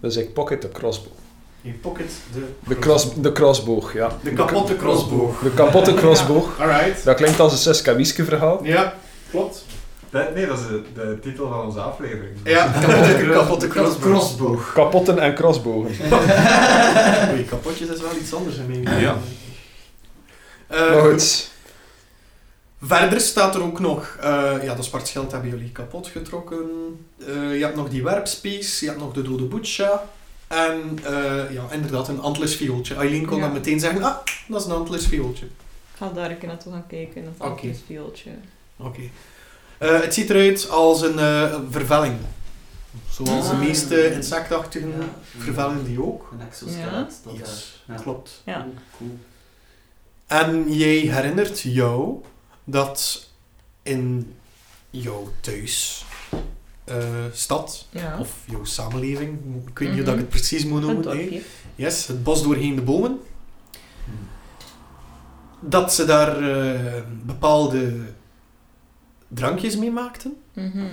S4: Dus ik pocket de crossbow.
S1: Je pocket de...
S4: De, cross, de crossboog, ja.
S1: De kapotte crossbow.
S4: De kapotte crossboog.
S1: Alright.
S4: Dat klinkt als een Seskawiske verhaal.
S1: Ja, klopt.
S3: Dat- nee, dat is de, de titel van onze aflevering.
S1: Ja, kapotte, kapotte crossbow.
S3: Crossboog.
S4: Kapotten en crossbogen.
S1: Oei, kapotjes is wel iets anders. in mijn
S6: Ja.
S1: Eh,
S4: Maar goed.
S1: Verder staat er ook nog, eh, ja, dat zwart schild hebben jullie kapot getrokken. Eh, je hebt nog die werpspies, je hebt nog de dode Butcha. En eh, ja, inderdaad, een antlisviooltje. Eileen kon
S5: Ja.
S1: dan meteen zeggen, ah, dat is een antlisviooltje.
S5: Ik ga daar een keer naartoe gaan kijken. Dat
S1: Oké.
S5: okay. is een viooltje.
S1: Oké. Eh, het ziet eruit als een eh, vervelling. Zoals
S2: Ah.
S1: de meeste insectachtigen vervellen die ook.
S2: Een exoskelet. dat, eh,
S1: Yes,
S2: ja.
S1: klopt.
S5: Ja.
S2: Cool.
S1: En jij herinnert jou dat in jouw thuis eh, stad...
S5: Ja.
S1: Of jouw samenleving, ik weet niet hoe
S5: Mhm.
S1: dat ik het precies moet
S5: Een
S1: noemen. nee.
S5: dorpje.
S1: Yes, het bos doorheen de bomen. Dat ze daar eh, bepaalde drankjes mee maakten,
S5: Mhm.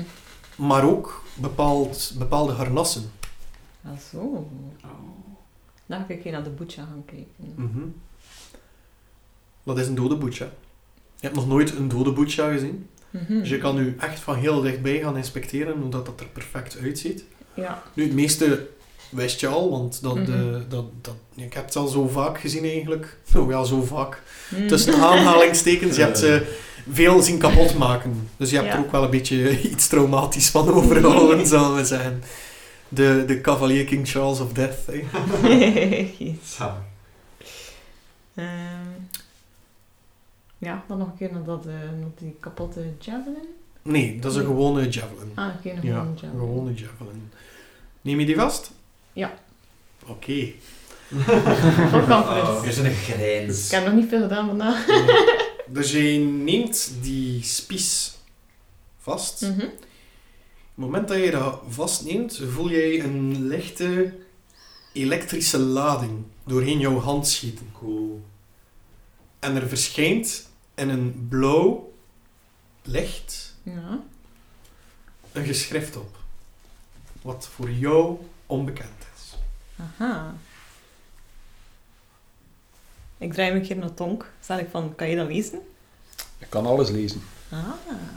S1: maar ook bepaald, bepaalde harnassen.
S5: Ah, zo.
S1: Oh.
S5: Dan ga ik een keer naar de boetje gaan kijken.
S1: Mhm. Dat is een dode boetja. Je hebt nog nooit een dode boetja gezien.
S5: Mhm.
S1: Dus je kan nu echt van heel dichtbij gaan inspecteren, omdat dat er perfect uitziet.
S5: Ja.
S1: Nu, het meeste wist je al, want dat,
S5: Mhm.
S1: eh, dat, dat, ik heb het al zo vaak gezien eigenlijk. Nou ja, zo vaak.
S5: Mhm.
S1: Tussen aanhalingstekens, je hebt ze veel zien kapotmaken. Dus je hebt
S5: Ja. Mhm.
S1: er ook wel een beetje iets traumatisch van overgehouden, zullen we zeggen. De, de cavalier King Charles of Death. hè.
S3: Samen.
S5: Ehm, ja, dan nog een keer naar, dat, eh, naar die kapotte javelin.
S1: Nee, dat is een gewone javelin.
S5: Mhm. Ah, een keer naar
S1: Ja,
S5: een
S1: Een
S5: javelin.
S1: gewone javelin. Neem je die vast?
S5: Ja.
S1: Oké.
S5: Voor conference.
S3: Oh.
S2: Er is een grijns.
S5: dus. Ik heb nog niet veel gedaan vandaag.
S1: Dus je neemt die spies vast.
S5: Mhm.
S1: Op het moment dat je dat vastneemt, voel jij een lichte elektrische lading doorheen jouw hand schieten.
S2: Cool.
S1: En er verschijnt in een blauw licht
S5: Ja.
S1: een geschrift op. Wat voor jou onbekend is.
S5: Aha. Ik draai me een keer naar Tonk. Stel ik van, kan je dat lezen?
S4: Ik kan alles lezen.
S5: Ah.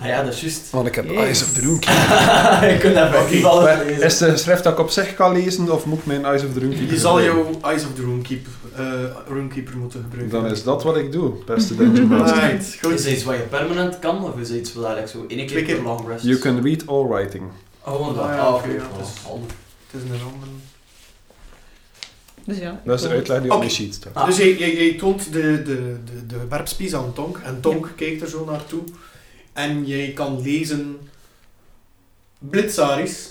S2: Ah ja, dat is juist.
S4: Want ik heb
S5: Yes.
S4: Eyes of the Rune King.
S2: ik kon dat
S1: Oké,
S2: wel niet alles
S4: Maar
S2: lezen.
S4: Is de schrift dat ik op zich kan lezen of moet ik mijn Eyes of the Rune King
S1: Je zal
S4: gebruiken?
S1: jouw Eyes of the Runekeep- eh, Runekeeper moeten gebruiken.
S4: Dan is dat wat ik doe, beste Dungeon Master.
S1: Right,
S2: Is dat
S1: goed.
S2: iets wat je permanent kan, of is dat iets wat eigenlijk zo
S1: Twee
S2: één keer
S1: keer.
S2: per long rest?
S4: You can read all writing.
S2: Oh, gewoon dat.
S1: Ah ja,
S2: Ah,
S1: oké,
S2: oké.
S1: ja,
S2: Dat is
S1: dus-
S2: handig.
S1: Het is een ander.
S5: Dus ja. ik
S4: Dat is de
S5: wil-
S4: uitleg die op
S1: Oké.
S4: mijn sheet staat.
S2: Ah.
S1: Dus jij, jij, jij toont de, de, de, de werpspies aan Tonk. En Tonk kijkt er zo naartoe. En jij kan lezen... Blitzaris.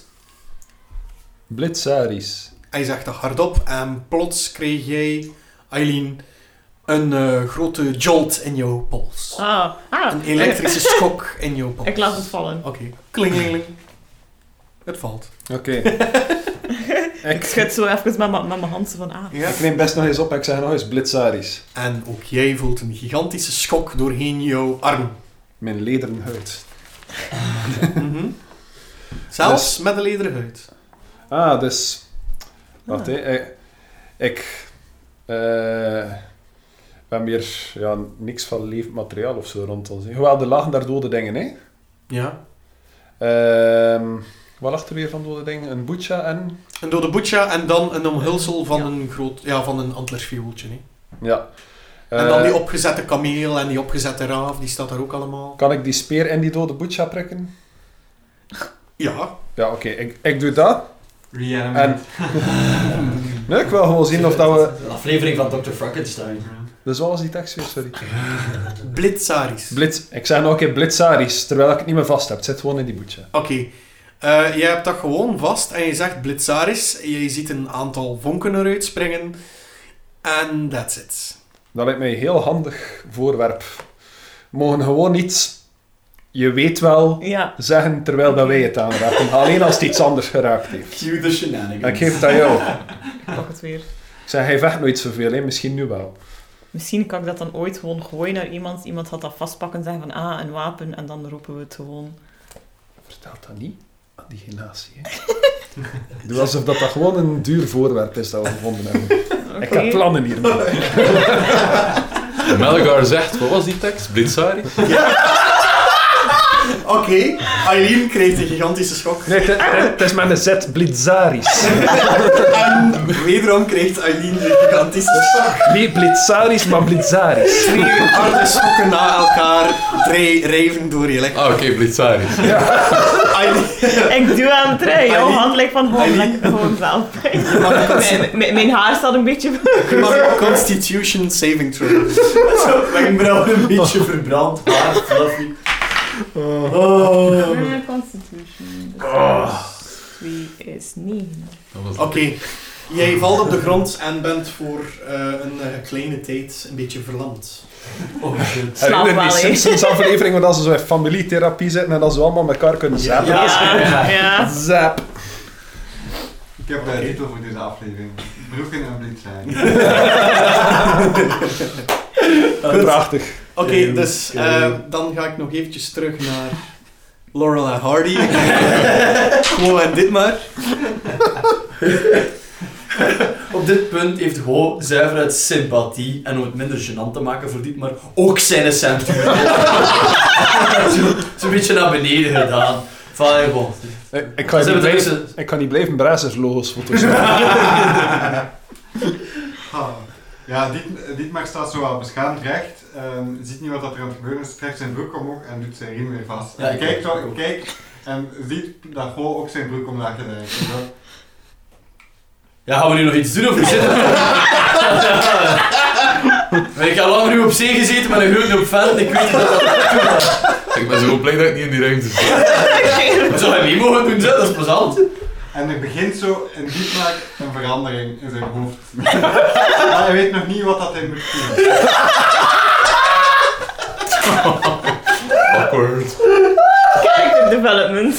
S4: Blitzaris.
S1: Hij zegt dat hardop. En plots kreeg jij, Eileen, een eh, grote jolt in jouw pols.
S5: Ah. ah.
S1: Een elektrische schok in jouw pols.
S5: Ik laat het vallen.
S1: Oké. Klingeling. Het valt.
S4: Oké.
S5: Ik
S4: ik,
S5: schud zo even met, mijn- met mijn hand zo van, ah.
S1: Ja.
S4: ik neem best nog eens op en ik zeg nog eens Blitzaris.
S1: En ook jij voelt een gigantische schok doorheen jouw arm.
S4: Mijn lederen huid.
S1: Mhm. Dus- Zelfs met de lederen huid.
S4: Ah, dus... Wacht,
S5: Ah.
S4: hè. Ik... ik eh, we hebben hier ja, niks van levend materiaal of zo rond ons. hè. Hoewel, er lagen daar dode dingen, hè.
S1: Ja.
S4: Ehm, Wat lag er weer van dode dingen? Een boetja en...
S1: Een dode boetja en dan een omhulsel van een groot... Ja, van een antlersviooltje. hè.
S4: Ja.
S1: En dan
S4: Eh,
S1: die opgezette kameel en die opgezette raaf, die staat daar ook allemaal.
S4: Kan ik die speer in die dode boetja prikken?
S1: Ja.
S4: Ja, oké. Ik, ik doe dat.
S3: Reanimate.
S4: Nee, ik wil gewoon zien of dat we...
S2: De aflevering van Dr. Frankenstein.
S4: Dus wat was die tekst weer? Sorry.
S1: Blitzaris.
S4: Blitz. Ik zei nog een keer blitzaris, terwijl ik het niet meer vast heb. Het zit gewoon in die boetje.
S1: Oké. Eh, jij hebt dat gewoon vast en je zegt Blitzaris. Je ziet een aantal vonken eruit springen. En that's it.
S4: Dat lijkt mij een heel handig voorwerp. We mogen gewoon niet, je weet wel,
S5: Ah. Ja.
S4: zeggen terwijl dat wij het aanraken. Alleen als het iets anders geraakt heeft.
S2: Cue the shenanigans.
S4: Ik geef het aan jou.
S5: Ik pak het weer.
S4: Ik zeg, hij vecht nooit zoveel, hè? misschien nu wel.
S5: Misschien kan ik dat dan ooit gewoon gooien naar iemand. Iemand gaat dat vastpakken en zeggen van, ah, een wapen. En dan roepen we het gewoon.
S4: Vertel dat niet aan die genatie. Hè? Doe alsof dat, dat gewoon een duur voorwerp is dat we gevonden hebben. Ik heb plannen hiermee.
S6: Melgar zegt, wat was die tekst? Blitzaris?
S1: Oké. Aileen kreeg een gigantische schok.
S4: Nee, het- het het is met een Z, blitzaris.
S1: En wederom kreeg Aileen een gigantische schok.
S4: Nee, blitzaris, maar blitzaris.
S1: Drie harde schokken na elkaar drie reven door je nek.
S6: Ah, oké, Blitzaris.
S1: Aileen,
S5: Ik doe aan het rijden,
S1: Eileen.
S5: joh. Hand lijkt van gewoon,
S1: Eileen.
S5: lekker gewoon zelf.
S1: je mag een cons-
S5: Mijn, mijn- mijn haar staat een beetje...
S1: je mag een Constitution saving throw. Zo, mijn bril een beetje verbrand.
S2: Maar, fluffy.
S1: Oh.
S5: Eh, Constitution. Dus Wie is niet?
S6: Dat was
S1: Oké. Jij valt op de grond en bent voor eh, een eh, kleine tijd een beetje verlamd.
S2: Oh shit.
S5: Slaap
S4: Herinner die
S5: wel, hè.
S4: Simpsons-aflevering waar dat ze zo in familietherapie zitten en dat ze allemaal elkaar kunnen zappen?
S2: Ja.
S5: ja. ja.
S4: Zap.
S3: Ik heb de
S1: Oké.
S3: titel voor deze aflevering. Broeken en blitzijn.
S4: Eh, Prachtig.
S1: Oké,
S2: Oké,
S1: dus
S2: oké.
S1: eh, dan ga ik nog eventjes terug naar Laurel en Hardy. Gewoon en dit maar.
S2: Op dit punt heeft Ho zuiver uit sympathie en om het minder gênant te maken voor dit, maar ook zijn centrum. Zo- Zo'n beetje naar beneden gedaan. Van, eh, bon.
S4: Ik, ik kan
S2: Ze
S4: niet
S2: hebben
S4: blijven,
S2: deze-
S4: ik kan niet blijven Brazers-logos fotograferen.
S3: Ah. Ja, dit, dit mag staat zo wel beschaamd recht. ehm, ziet niet wat dat er aan het gebeuren is. Trekt zijn broek omhoog en doet zijn riem weer vast.
S2: Ja,
S3: En
S2: ik
S3: kijkt
S2: ook.
S3: zo- kijkt en ziet dat Go ook zijn broek omlaag gedaan heeft. En dat-
S2: Ja, gaan we nu nog iets doen of hoe zit het? Maar ik heb langer nu op zee gezeten met een grote op veld. Ik weet niet of dat
S6: Ik ben zo blij dat ik niet in die ruimte zit.
S2: dat zou hij mee mogen doen, zo. dat is plezant.
S3: En er begint zo in Dietmark een verandering in zijn hoofd. maar hij weet nog niet wat dat hij moet doen.
S6: Awkward.
S5: Character development.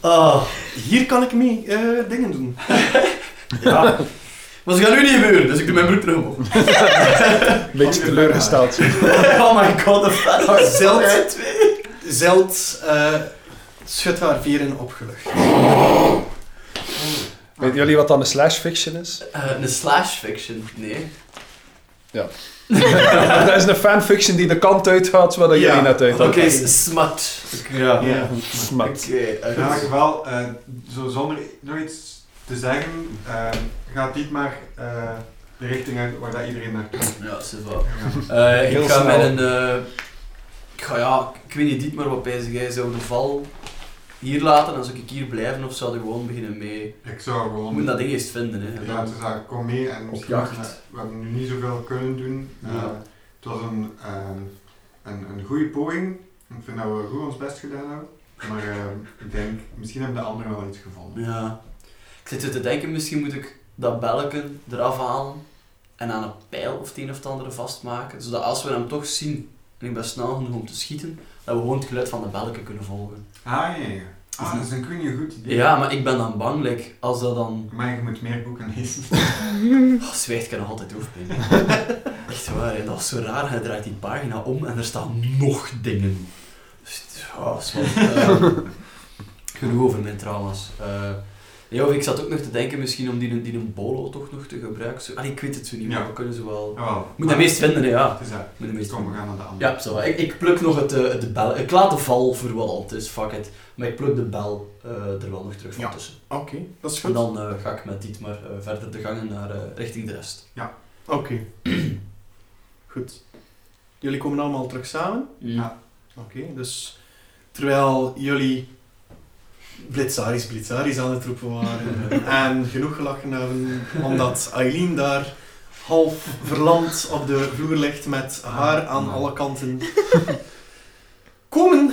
S2: Ah,
S1: Hier kan ik mee eh, dingen doen.
S2: ja. Maar ze gaan nu niet gebeuren, dus ik doe mijn broek terug omhoog.
S4: Beetje teleurgesteld.
S2: Oh my god, de fat hard
S1: Zeld, Zeld eh, schudt haar veren opgelucht.
S4: Weten jullie wat dan een slash fiction is?
S2: Eh, een slash fiction, nee.
S4: dat is een fanfiction die de kant uitgaat waar dat
S1: Ja.
S4: jullie net uit
S2: Oké,
S4: hadden.
S2: okay, smut. Ja.
S1: Ja.
S2: Oké,
S4: Smat.
S2: eh,
S3: In elk geval, eh, zo zonder nog iets te zeggen, eh, gaat Dietmar eh de richting uit waar dat iedereen naartoe gaat.
S2: ja, c'est va. Eh,
S4: Heel
S2: ik ga
S4: snel.
S2: met een... eh, ik ga ja, ik weet niet, maar wat bezig jij zou de val hier laten en zou ik hier blijven of zou ik gewoon beginnen mee?
S3: Ik zou
S2: We
S3: gewoon...
S2: moeten dat ding eerst vinden, hè. En
S3: Ja, het
S2: dan-
S3: is eigenlijk, kom mee en misschien-
S2: jacht.
S3: we hebben nu niet zoveel kunnen doen. Eh,
S2: Ja.
S3: Het was een, ehm, een, een goede poging. Ik vind dat we goed ons best gedaan hebben. Maar ehm, ik denk, misschien hebben de anderen wel iets gevonden.
S2: Ja. Ik zit zo te denken, misschien moet ik dat belken eraf halen en aan een pijl of het een of het andere vastmaken, zodat als we hem toch zien en ik ben snel genoeg om te schieten, dat we gewoon het geluid van de belken kunnen volgen.
S3: Ah, ja, ja. Ah, dat is een kun je goed idee.
S2: Ja, maar ik ben dan bang, like, als dat dan...
S3: Maar je moet meer boeken lezen.
S2: Oh, zwijgt, ik heb nog altijd hoofdpijn. Echt waar, hè. dat was zo raar. Hij draait die pagina om en er staan nog dingen. Dus, het- ja, is wel, eh, genoeg over mijn trauma's. Eh, Ja, of ik zat ook nog te denken misschien om die, die een bolo toch nog te gebruiken. Zo, allee, ik weet het zo niet, maar
S3: Ja.
S2: we kunnen ze wel...
S3: Jawel.
S2: Moet de meest vinden, hè, ja.
S3: Het is dat.
S2: Moet de meest
S3: Kom, we gaan naar de andere.
S2: Ja, zo, wel. ik, ik pluk nog het, eh, de bel. Ik laat de val voor wel, het is fuck it. Maar ik pluk de bel eh, er wel nog terug van
S1: Ja.
S2: tussen.
S1: Oké, dat is
S2: En
S1: goed.
S2: dan eh, ga ik met Dietmar maar verder de gangen naar, eh, richting de rest.
S1: Oké. Goed. Jullie komen allemaal terug samen.
S3: Ja.
S1: Oké, dus terwijl jullie blitzaris, blitzaris aan het roepen waren eh, en genoeg gelachen hebben omdat Eileen daar half verlamd op de vloer ligt met
S2: Ah,
S1: haar aan alle kanten, komen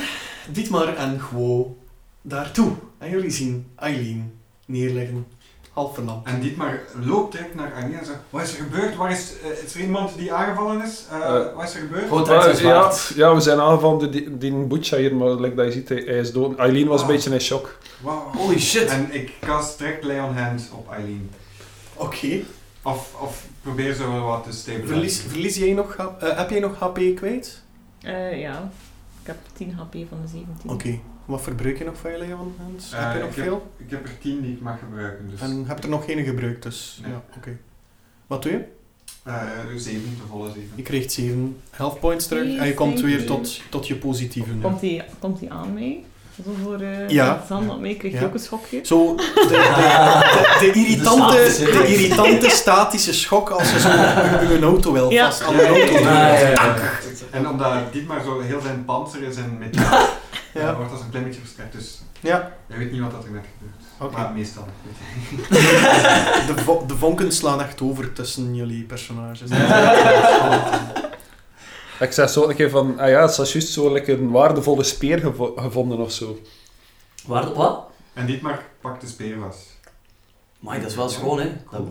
S1: Dietmar en Gwo daartoe. En jullie zien Eileen neerleggen, half verlamd.
S3: En Dietmar loopt direct naar Arnie en zegt, wat is er gebeurd? Waar is, eh, is er iemand die aangevallen is? Eh,
S4: Eh.
S3: wat is er gebeurd?
S2: Gewoon
S4: Ah,
S2: trek zijn
S4: ja,
S2: zwaard.
S4: ja, we zijn aangevallen door die, die Butcha hier, maar like dat je ziet, hij hij is dood. Eileen was
S3: Ah.
S4: een beetje in shock.
S3: Wauw.
S2: Holy shit!
S3: En ik cast direct Leon Hand op Eileen.
S1: Oké.
S3: Of, of probeer ze wel wat te stabiliseren.
S1: Verlies, verlies jij nog, hap- eh, heb jij nog HP kwijt?
S5: Eh, ja, ik heb 10 HP van de 17.
S1: Oké. Wat verbruik je nog van je Leon? Hans?
S3: Eh,
S1: heb je nog
S3: ik
S1: veel?
S3: Ik heb er 10 die ik mag gebruiken, dus
S1: En heb er nog geen gebruikt, dus...
S3: Nee.
S1: Ja, oké. Wat doe je?
S3: eh 7, de volle 7.
S1: Je kreeg 7 health points terug en je
S5: Yes,
S1: komt
S5: thank
S1: weer
S5: you.
S1: tot, tot je positieve.
S5: Komt, die, komt die aan mee? Zo voor eh
S1: Ja.
S5: Zand op mee, kreeg je
S1: Ja.
S5: ook een schokje?
S1: Zo, de, de, de, de irritante,
S2: De statische-
S1: de irritante statische schok als je zo een auto wel
S5: Ja.
S1: vast aan een auto
S2: Ah, ja, ja, ja.
S3: En omdat Dietmar zo heel zijn panzer is en metaal,
S1: Ja.
S3: wordt als een klein beetje versterkt. Dus
S1: Ja.
S3: je weet niet wat dat er net gebeurt.
S1: Oké.
S3: Maar meestal. Weet je.
S1: De, vo- de vonken slaan echt over tussen jullie personages.
S4: Ik zei zo een keer van, ah ja, het is juist zo like, een waardevolle speer gevo- gevonden of zo.
S2: Waar, wat?
S3: En Dietmar pakt de speer vast.
S2: Amai, dat is wel schoon, hè. Dat-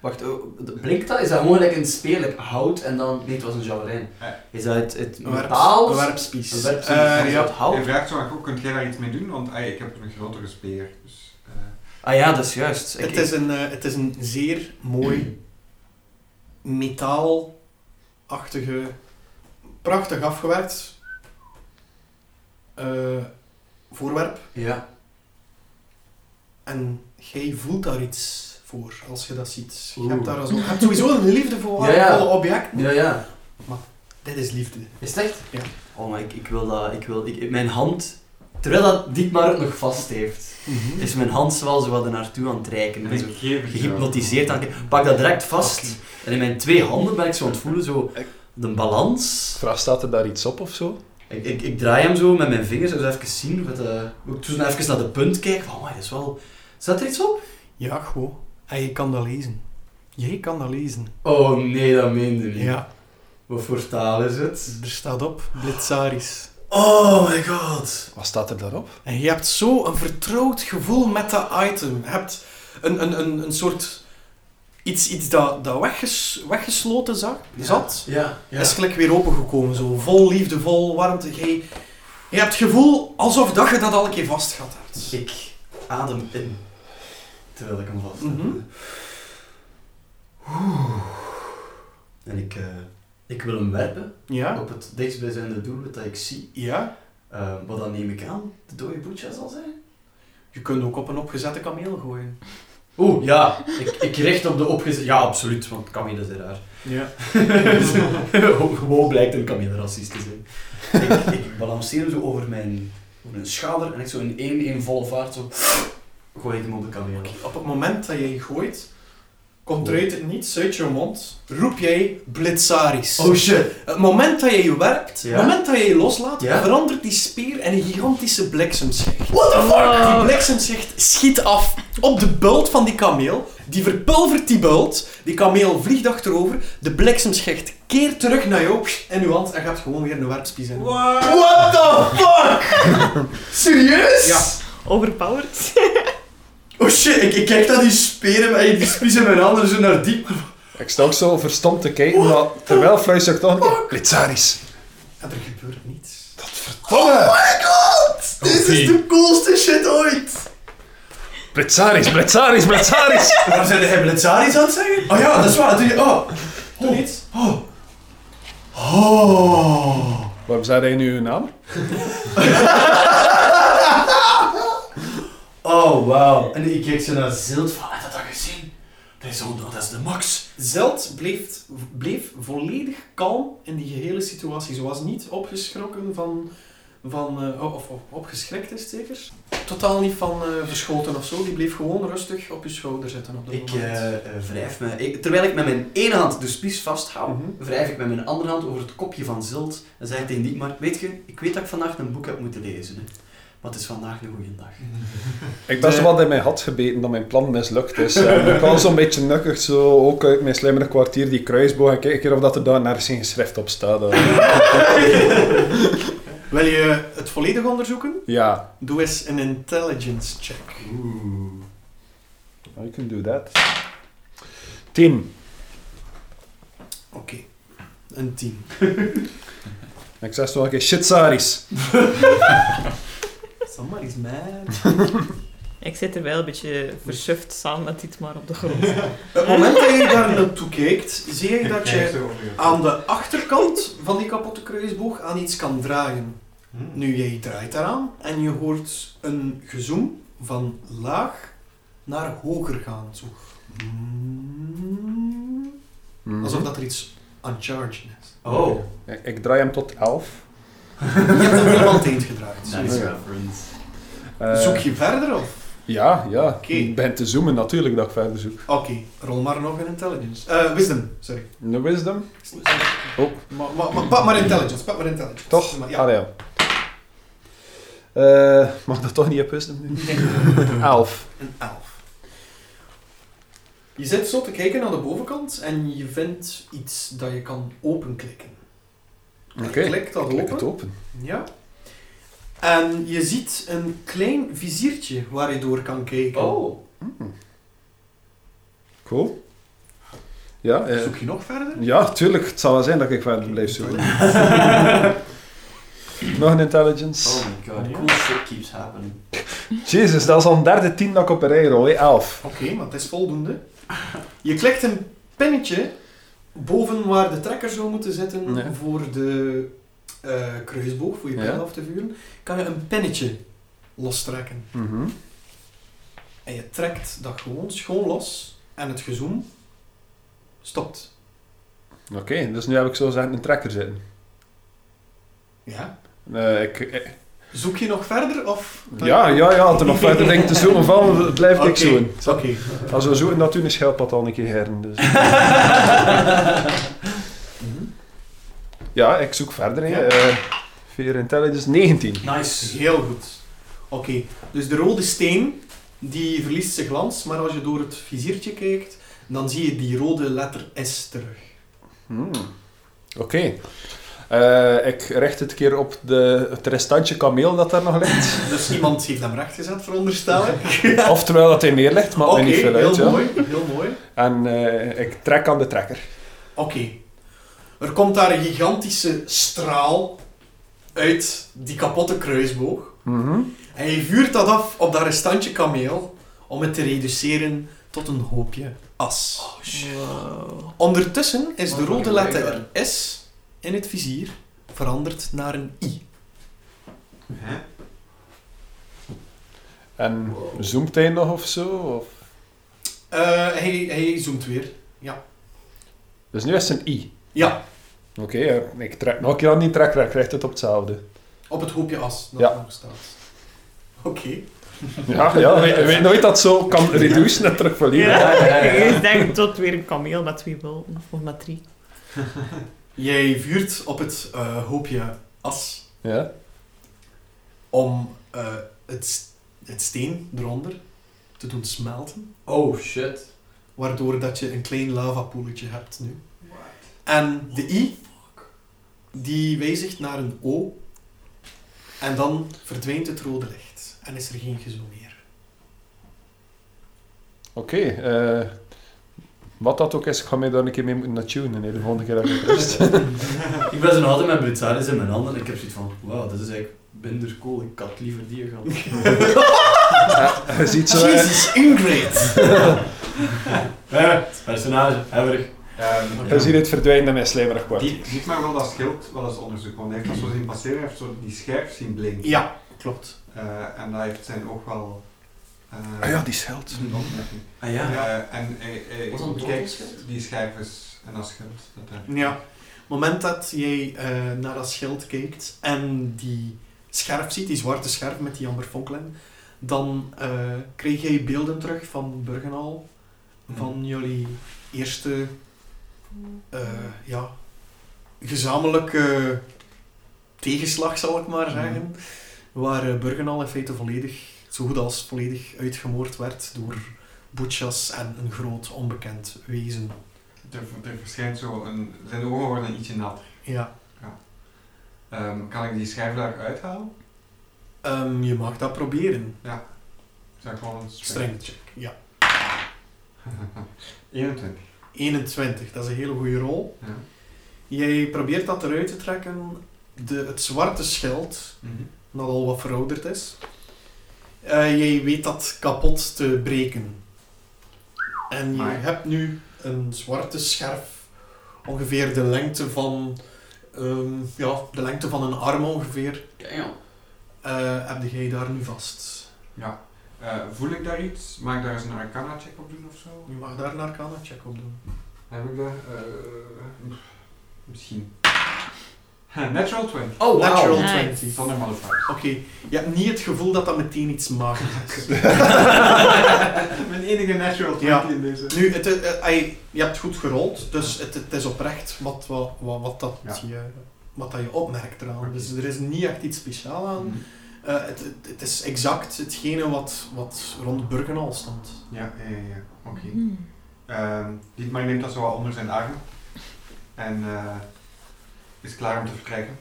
S2: wacht, oh, de- blinkt dat? Is dat gewoon like een speer, like hout en dan... Nee, het was een javelin.
S3: Eh.
S2: Is dat het, het
S1: Een werps-
S2: metaal?
S1: een werpspies.
S2: Een werpspies.
S1: Eh,
S2: Is
S1: ja.
S2: dat hout?
S3: Hij vraagt zo aan Goh, kunt jij daar iets mee doen? Want ai, ik heb een grotere speer. Dus, eh,
S2: Ah ja, dat is juist. Ik-
S1: Het is, een, eh, het is een zeer mooi metaalachtige, prachtig afgewerkt eh, voorwerp.
S2: Ja.
S1: En jij voelt daar iets voor als je dat ziet. Je
S2: Oeh.
S1: hebt, daar zo, je hebt sowieso een liefde voor
S2: Ja, ja.
S1: alle objecten.
S2: Ja, ja.
S1: Dit is liefde.
S2: Is het echt?
S1: Ja.
S2: Oh, maar ik, ik wil dat... Ik wil, ik, mijn hand... Terwijl dat Dietmar het nog vast heeft, is mijn hand zoals ze wat er naartoe aan het
S3: en
S2: reiken. Ik ben
S3: ik
S2: zo
S3: geef het jou.
S2: Gehypnotiseerd aan ik Pak dat direct vast. En in mijn twee handen ben ik zo aan het voelen, zo... De balans.
S4: Vraag, staat er daar iets op of zo?
S2: Ik, ik, ik draai hem zo met mijn vingers, dus even zien. Wat, eh, ook toen even naar de punt kijken. Van, amai, dat is wel... Zat er iets op?
S1: Ja, gewoon. En je kan dat lezen. Jij kan dat lezen.
S2: Oh nee, dat meende niet.
S1: Ja,
S2: Wat voor taal is het?
S1: er staat op Blitzaris.
S2: Oh my god.
S4: Wat staat er daarop?
S1: En je hebt zo een vertrouwd gevoel met dat item. Je hebt een, een, een, een soort... Iets, iets dat, dat wegges, weggesloten zag, zat,
S2: Ja, ja.
S1: is gelijk weer opengekomen. Zo vol liefde, vol warmte. Je, je hebt het gevoel alsof dat je dat al een keer vast gehad hebt.
S2: Ik adem in. Terwijl ik hem vast heb.
S1: Mhm.
S2: Oeh. En ik, eh, ik wil hem werpen
S1: Ja?
S2: op het dichtstbijzijnde doelwit dat ik zie.
S1: Ja?
S2: Eh, wat dan neem ik aan? De dode Butcha zal zijn?
S1: Je kunt ook op een opgezette kameel gooien.
S2: Oeh, ja. Ik, ik richt op de opgezet... Ja, absoluut, want Camille is raar.
S1: Ja.
S2: Gewoon blijkt een Camille racist te zijn. ik, ik balanceer hem zo over mijn, over mijn schouder en ik zo in één, één volle vaart zo... Gooi ik hem op de Camille.
S1: Op het moment dat jij gooit, komt er uit het niets, uit je mond, roep jij Blitzaris.
S2: Oh shit.
S1: Het moment dat je je werpt,
S2: Ja.
S1: het moment dat je je loslaat,
S2: Ja.
S1: verandert die speer in een gigantische bliksemschicht.
S2: What the fuck?
S5: Oh.
S1: Die bliksemschicht schiet af op de bult van die kameel. Die verpulvert die bult. Die kameel vliegt achterover. De bliksemschicht keert terug naar jou in uw hand en gaat gewoon weer een werpspies in.
S2: What the fuck? Serieus?
S1: Ja.
S5: Overpowered.
S2: Oh shit, ik, ik kijk naar die speren en die spies in mijn handen zo naar diep.
S4: Ik sta ook zo verstomd te kijken, maar terwijl fluister ik toch... Blitzaris.
S1: En er gebeurt niets.
S2: Oh
S4: Verdomme!
S2: my god! Dit is de coolste shit ooit!
S4: Blitzaris, Blitzaris, Blitzaris!
S2: Waarom zijn de Hebelitsaris aan het zeggen? Oh ja, dat is waar. Doe je... Oh.
S1: Doe niets.
S2: Oh. Oh.
S4: Waarom zei hij nu uw naam?
S2: Oh,
S7: Oh, wauw. En ik kijk zo naar Zilt van, heb je dat gezien? Dat is, on- dat is de max.
S1: Zeld bleef, bleef volledig kalm in die gehele situatie. Ze was niet opgeschrokken van... van eh, of, of opgeschrikt is het zeker? Totaal niet van eh, verschoten of zo. Die bleef gewoon rustig op je schouder zitten op dat
S2: Ik
S1: moment.
S2: eh, eh, wrijf me. Ik- terwijl ik met mijn ene hand de spies vasthoud,
S1: Mhm.
S2: wrijf ik met mijn andere hand over het kopje van Zilt en zei tegen Dietmar, weet je, ik weet dat ik vandaag een boek heb moeten lezen. Hè. Maar het is vandaag een goede dag.
S4: Ik ben zo wat in mijn had gebeten dat mijn plan mislukt is. En ik was zo'n beetje nukkig, zo, ook uit mijn slimmere kwartier, die kruisboog. En kijk een keer of dat er daar nergens geen schrift op staat. eh.
S1: Wil je het volledig onderzoeken?
S4: Ja,
S1: Doe eens een intelligence check.
S2: Oeh.
S4: I can do that. 10.
S1: Oké. Een 10.
S4: Ik zeg zo een keer, shit, Saris.
S2: Somebody's mad.
S5: Ik zit er wel een beetje versuft samen met Dietmar op de grond.
S1: Het moment dat je daar naartoe kijkt, zie je dat je
S3: Kijk zo over je-
S1: aan de achterkant van die kapotte kruisboog aan iets kan draaien.
S3: Hmm.
S1: Nu, jij draait daaraan en je hoort een gezoem van laag naar hoger gaan. Zo. Mm.
S4: Mhm.
S1: Alsof dat er iets aan chargen is.
S2: Oh.
S4: Ik, ik draai hem tot 11.
S1: Je hebt er niemand eens gedraaid.
S2: Nice
S4: Ja.
S2: reference.
S4: Eh,
S1: Zoek je verder of?
S4: Ja, ja.
S1: Oké.
S4: Ik ben te zoomen natuurlijk dat ik verder zoek.
S1: Oké, rol maar nog een intelligence. Eh, wisdom, sorry.
S4: De wisdom? Oh.
S1: Maar, maar, maar, pak maar intelligence, pak maar intelligence.
S4: Toch?
S1: Maar,
S4: Ah,
S1: ja.
S4: Ja. Eh, mag dat toch niet op wisdom nu? Elf.
S1: Een elf. Je zit zo te kijken naar de bovenkant en je vindt iets dat je kan openklikken.
S4: Oké.
S1: Je klikt dat
S4: Klik
S1: open.
S4: het open.
S1: Ja. En je ziet een klein viziertje waar je door kan kijken.
S2: Oh.
S4: Hmm. Cool. Ja, eh,
S1: Zoek je nog verder?
S4: ja, tuurlijk. Het zal wel zijn dat ik verder blijf zoeken. Nog een intelligence.
S2: Oh my god, cool shit keeps happening.
S4: Jezus, dat is al een derde tien dat ik op een rij rol. hè. Elf.
S1: Oké, maar het is voldoende. Je klikt een pinnetje boven waar de trekker zou moeten zitten
S4: Ja.
S1: voor de eh, kruisboog, voor je pijl
S4: Ja.
S1: af te vuren. Kan je een pinnetje lostrekken.
S4: Mhm.
S1: En je trekt dat gewoon schoon los en het gezoem stopt.
S4: Oké, dus nu heb ik zo zeggen een trekker zitten.
S1: Ja.
S4: Eh, ik, eh,
S1: Zoek je nog verder of...
S4: ja, ja, ja. Als er nog verder denk te zoomen van, blijf ik
S1: Ah. Oké,
S4: zoeken.
S1: Oké.
S4: Als we zoeken, dat doen een schildpad al een keer heren. Dus.
S1: Mhm.
S4: ja, ik zoek verder. hè.
S1: Ja.
S4: Eh, Vier intelligence, 19.
S2: Nice.
S1: Heel goed. Oké, dus de rode steen die verliest zijn glans, maar als je door het viziertje kijkt, dan zie je die rode letter S terug.
S4: Hmm. Oké. Eh, ik richt het keer op de, het restantje kameel dat daar nog ligt.
S1: Dus iemand heeft hem recht gezet, veronderstel ik.
S4: Oftewel dat hij neer ligt, maakt
S1: Oké,
S4: mij niet veel
S1: heel
S4: uit. Ja.
S1: mooi, heel mooi.
S4: En eh, ik trek aan de trekker.
S1: Oké. Er komt daar een gigantische straal uit die kapotte kruisboog.
S4: Mhm.
S1: En je vuurt dat af op dat restantje kameel om het te reduceren tot een hoopje as.
S5: Oh, Wow.
S1: Ondertussen is de
S2: Wat
S1: rode
S2: een
S1: letter S in het vizier veranderd naar een I.
S3: Hè?
S4: En zoomt hij nog of zo? Of?
S1: Eh, hij, hij zoomt weer.
S4: Dus nu is het een I.
S1: Ja,
S4: Oké, eh, ik trek nog een keer aan die trekker en ik richt het op hetzelfde.
S1: op het hoopje as dat
S4: Ja.
S1: nog staat. Oké.
S4: Ja, ja weet, weet nooit dat zo kan reduceren en terug verliezen.
S5: Ja,
S2: ja, ja, ja.
S5: ik denk tot weer een kameel met twee wilden. Of met drie.
S1: Jij vuurt op het eh, hoopje as
S4: Ja.
S1: om eh, het, s- het steen eronder te doen smelten.
S2: Oh shit.
S1: waardoor dat je een klein lavapoeletje hebt nu. En de I, die wijzigt naar een O. En dan verdwijnt het rode licht. En is er geen gezoem meer.
S4: Oké, eh, wat dat ook is, ik ga mij daar een keer mee moeten naar tunen. hè, De volgende keer dat ik het rust.
S2: Ik ben zo nog altijd met Blitzaris in mijn handen en ik heb zoiets van, wauw, dat is eigenlijk binder cool, ik had liever die gehad.
S4: Ja, je ziet zo... eh,
S1: Jesus, Ingrid!
S2: Eh, personage, hebberig.
S3: Ehm,
S4: Je ziet het verdwijnen in mijn slijmerig kwart.
S3: Die, niet maar wel dat schild wel eens onderzoek, want hij heeft dat zo zien passeren, hij heeft zo die scherf zien blinken.
S1: Ja, klopt.
S3: Eh, en dat heeft zijn oog wel eh, Eh,
S4: Ah ja, die scheld.
S2: Ah ja.
S3: Ja, Eh, en hij, hij
S2: Was dat een
S3: bekijkt
S2: dobbelschild?
S3: die schijfers en dat schild. Dat eh, daar-
S1: Ja. het moment dat jij eh, naar dat schild kijkt en die scherf ziet, die zwarte scherf met die amberfonkeling, dan eh kreeg jij beelden terug van Burgenal, van jullie eerste eh, ja, gezamenlijke tegenslag, zal ik maar zeggen. Waar eh, Burgenal in feite volledig, zo goed als volledig uitgemoord werd door Butchas en een groot onbekend wezen.
S3: Er, er verschijnt zo een... Zijn ogen worden ietsje nat.
S1: Ja.
S3: Ehm, kan ik die schijf daar uithalen?
S1: Ehm, je mag dat proberen.
S3: Zou ik gewoon een
S1: Strength check. Ja.
S3: 21.
S1: 21, dat is een hele goede rol.
S3: Ja.
S1: Jij probeert dat eruit te trekken. De, het zwarte schild,
S3: Mhm.
S1: dat al wat verouderd is. Eh, jij weet dat kapot te breken. En je
S3: Amai.
S1: hebt nu een zwarte scherf. Ongeveer de lengte van... ehm, ja, de lengte van een arm ongeveer.
S2: Ja, ja.
S1: eh, heb jij daar nu vast.
S3: Ja. Eh, voel ik daar iets? Mag ik daar eens een arcana check op doen of zo?
S1: Je mag daar een arcana check op doen.
S3: Heb ik daar... eh, pff, misschien. Natural 20.
S1: Oh, Natural
S5: Nice.
S1: 20.
S3: Zonder modifiers.
S1: Oké, je hebt niet het gevoel dat dat meteen iets mag.
S3: Mijn enige natural 20
S1: Ja.
S3: in deze.
S1: Nu, het, eh, eh, ey, je hebt goed gerold, dus het, het is oprecht wat, wat, wat, wat dat
S3: Ja.
S1: je, wat dat je opmerkt eraan.
S3: Oké.
S1: Dus er is niet echt iets speciaal aan.
S3: Mhm.
S1: Eh, het, het, het is exact hetgene wat, wat rond Burgenal stond.
S3: Ja, ja, ja, ja. Oké.
S5: Hmm.
S3: Ehm, Dietmar neemt dat zo wel onder zijn arm. En eh, is klaar om te vertrekken.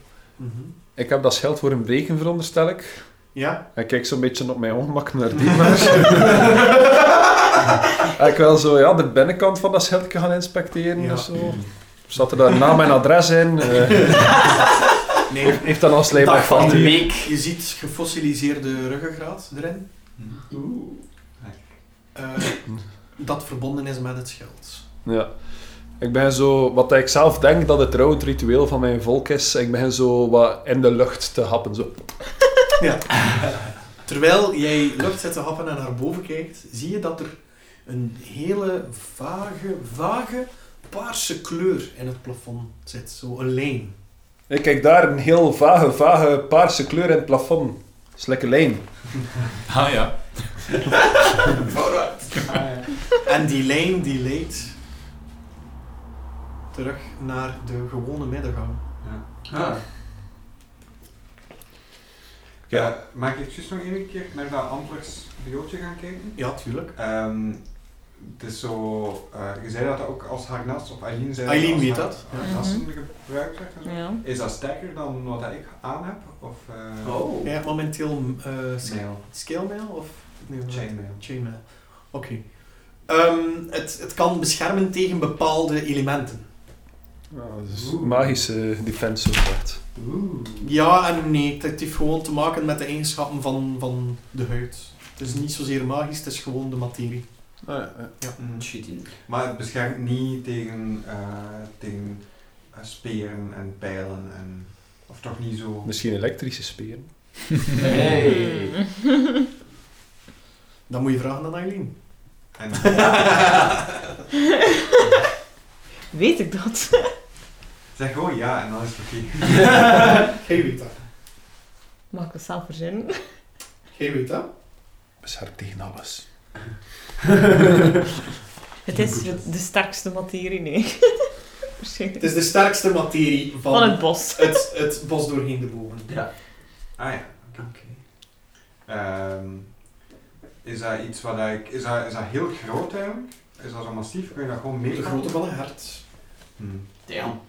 S4: Ik heb dat scheld voor een breken, veronderstel ik.
S1: Ja?
S4: En kijk zo'n beetje op mijn ongemak naar die maar. En ik wil zo ja, de binnenkant van dat scheld gaan inspecteren
S1: Ja.
S4: of zo. Zat er daar naam en adres in? Eh,
S1: Nee,
S4: heeft, heeft dat als lijp
S2: Dag van de week.
S1: je ziet gefossiliseerde ruggengraat erin. eh, dat verbonden is met het schild.
S4: Ja. Ik ben zo, wat ik zelf denk dat het trouwend ritueel van mijn volk is, ik ben zo wat in de lucht te happen. Zo.
S1: Terwijl jij lucht zit te happen en naar boven kijkt, zie je dat er een hele vage, vage paarse kleur in het plafond zit. Zo een lijn.
S4: Ik kijk daar een heel vage, vage paarse kleur in het plafond. Slikke lijn.
S6: Ah ja.
S3: Ah,
S1: En die lijn die leidt terug naar de gewone middengang.
S2: Ah.
S4: Ja.
S3: Eh, mag ik juist nog één keer naar dat Amplers viooltje gaan kijken?
S1: Ja, tuurlijk.
S3: Ehm, het is zo... eh, je zei dat dat ook als harnas, of Aileen zei
S1: Aileen
S3: als
S1: weet
S3: har-
S1: dat, ja.
S3: Harnassen gebruikt werd en zo.
S5: Ja.
S3: Is dat sterker dan wat dat ik aan heb? Of... eh,
S2: Oh.
S1: Jij hebt momenteel eh, sc-
S3: Mail.
S1: scalemail of nee, wat?
S3: Chainmail.
S1: chainmail. Oké. Ehm, het, het kan beschermen tegen bepaalde elementen.
S4: dat is magische defense, zo gezegd.
S2: Oeh.
S1: Ja en nee, het het heeft gewoon te maken met de eigenschappen van, van de huid. Het is niet zozeer magisch, het is gewoon de materie.
S4: Ah,
S3: Mm.
S2: Shit in.
S3: Maar het beschermt niet tegen, eh, tegen eh, speren en pijlen en... Of toch niet zo...
S4: Misschien elektrische speren.
S2: Hey.
S5: Hmm.
S1: Dan moet je vragen aan Aileen.
S3: En,
S5: Weet ik dat?
S3: zeg gewoon ja en dan is het oké.
S1: Jij weet dat.
S5: Mag ik het zelf verzinnen?
S1: Jij weet dat.
S4: Beschermd tegen alles.
S5: Het is de, de sterkste materie, nee. Waarschijnlijk.
S1: Het is de sterkste materie van,
S5: Van het bos.
S1: het, het bos doorheen de bomen.
S2: Ja.
S3: Ah ja. Ehm, is dat iets wat ik... Is dat, is dat heel groot eigenlijk? Is dat zo massief? Kun je dat gewoon
S1: De
S3: meten?
S1: grootte van een hert.
S3: Hmm.
S2: Damn.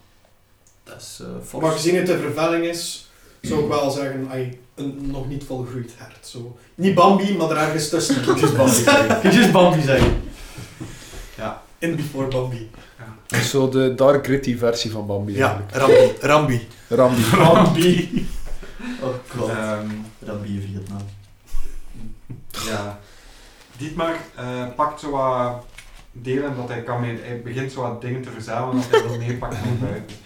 S2: Dat is eh fors.
S1: Maar gezien het de vervelling is, zou ik wel zeggen, ai, een nog niet volgroeid hert. Zo. Niet Bambi, maar er ergens tussen.
S7: Kietjes Bambi zijn. Kietjes Bambi zijn.
S1: In before Bambi.
S4: Zo de dark gritty versie van Bambi
S1: Ja,
S4: eigenlijk.
S1: Rambi. Rambi.
S4: Rambi.
S7: Bambi. Oh god.
S3: Ehm,
S7: Dat bier
S2: nou.
S7: Vietnam.
S3: ja. Dietmar eh, pakt zo wat delen dat hij kan mee... Hij begint zo wat dingen te verzamelen dat hij wil meepakken van buiten.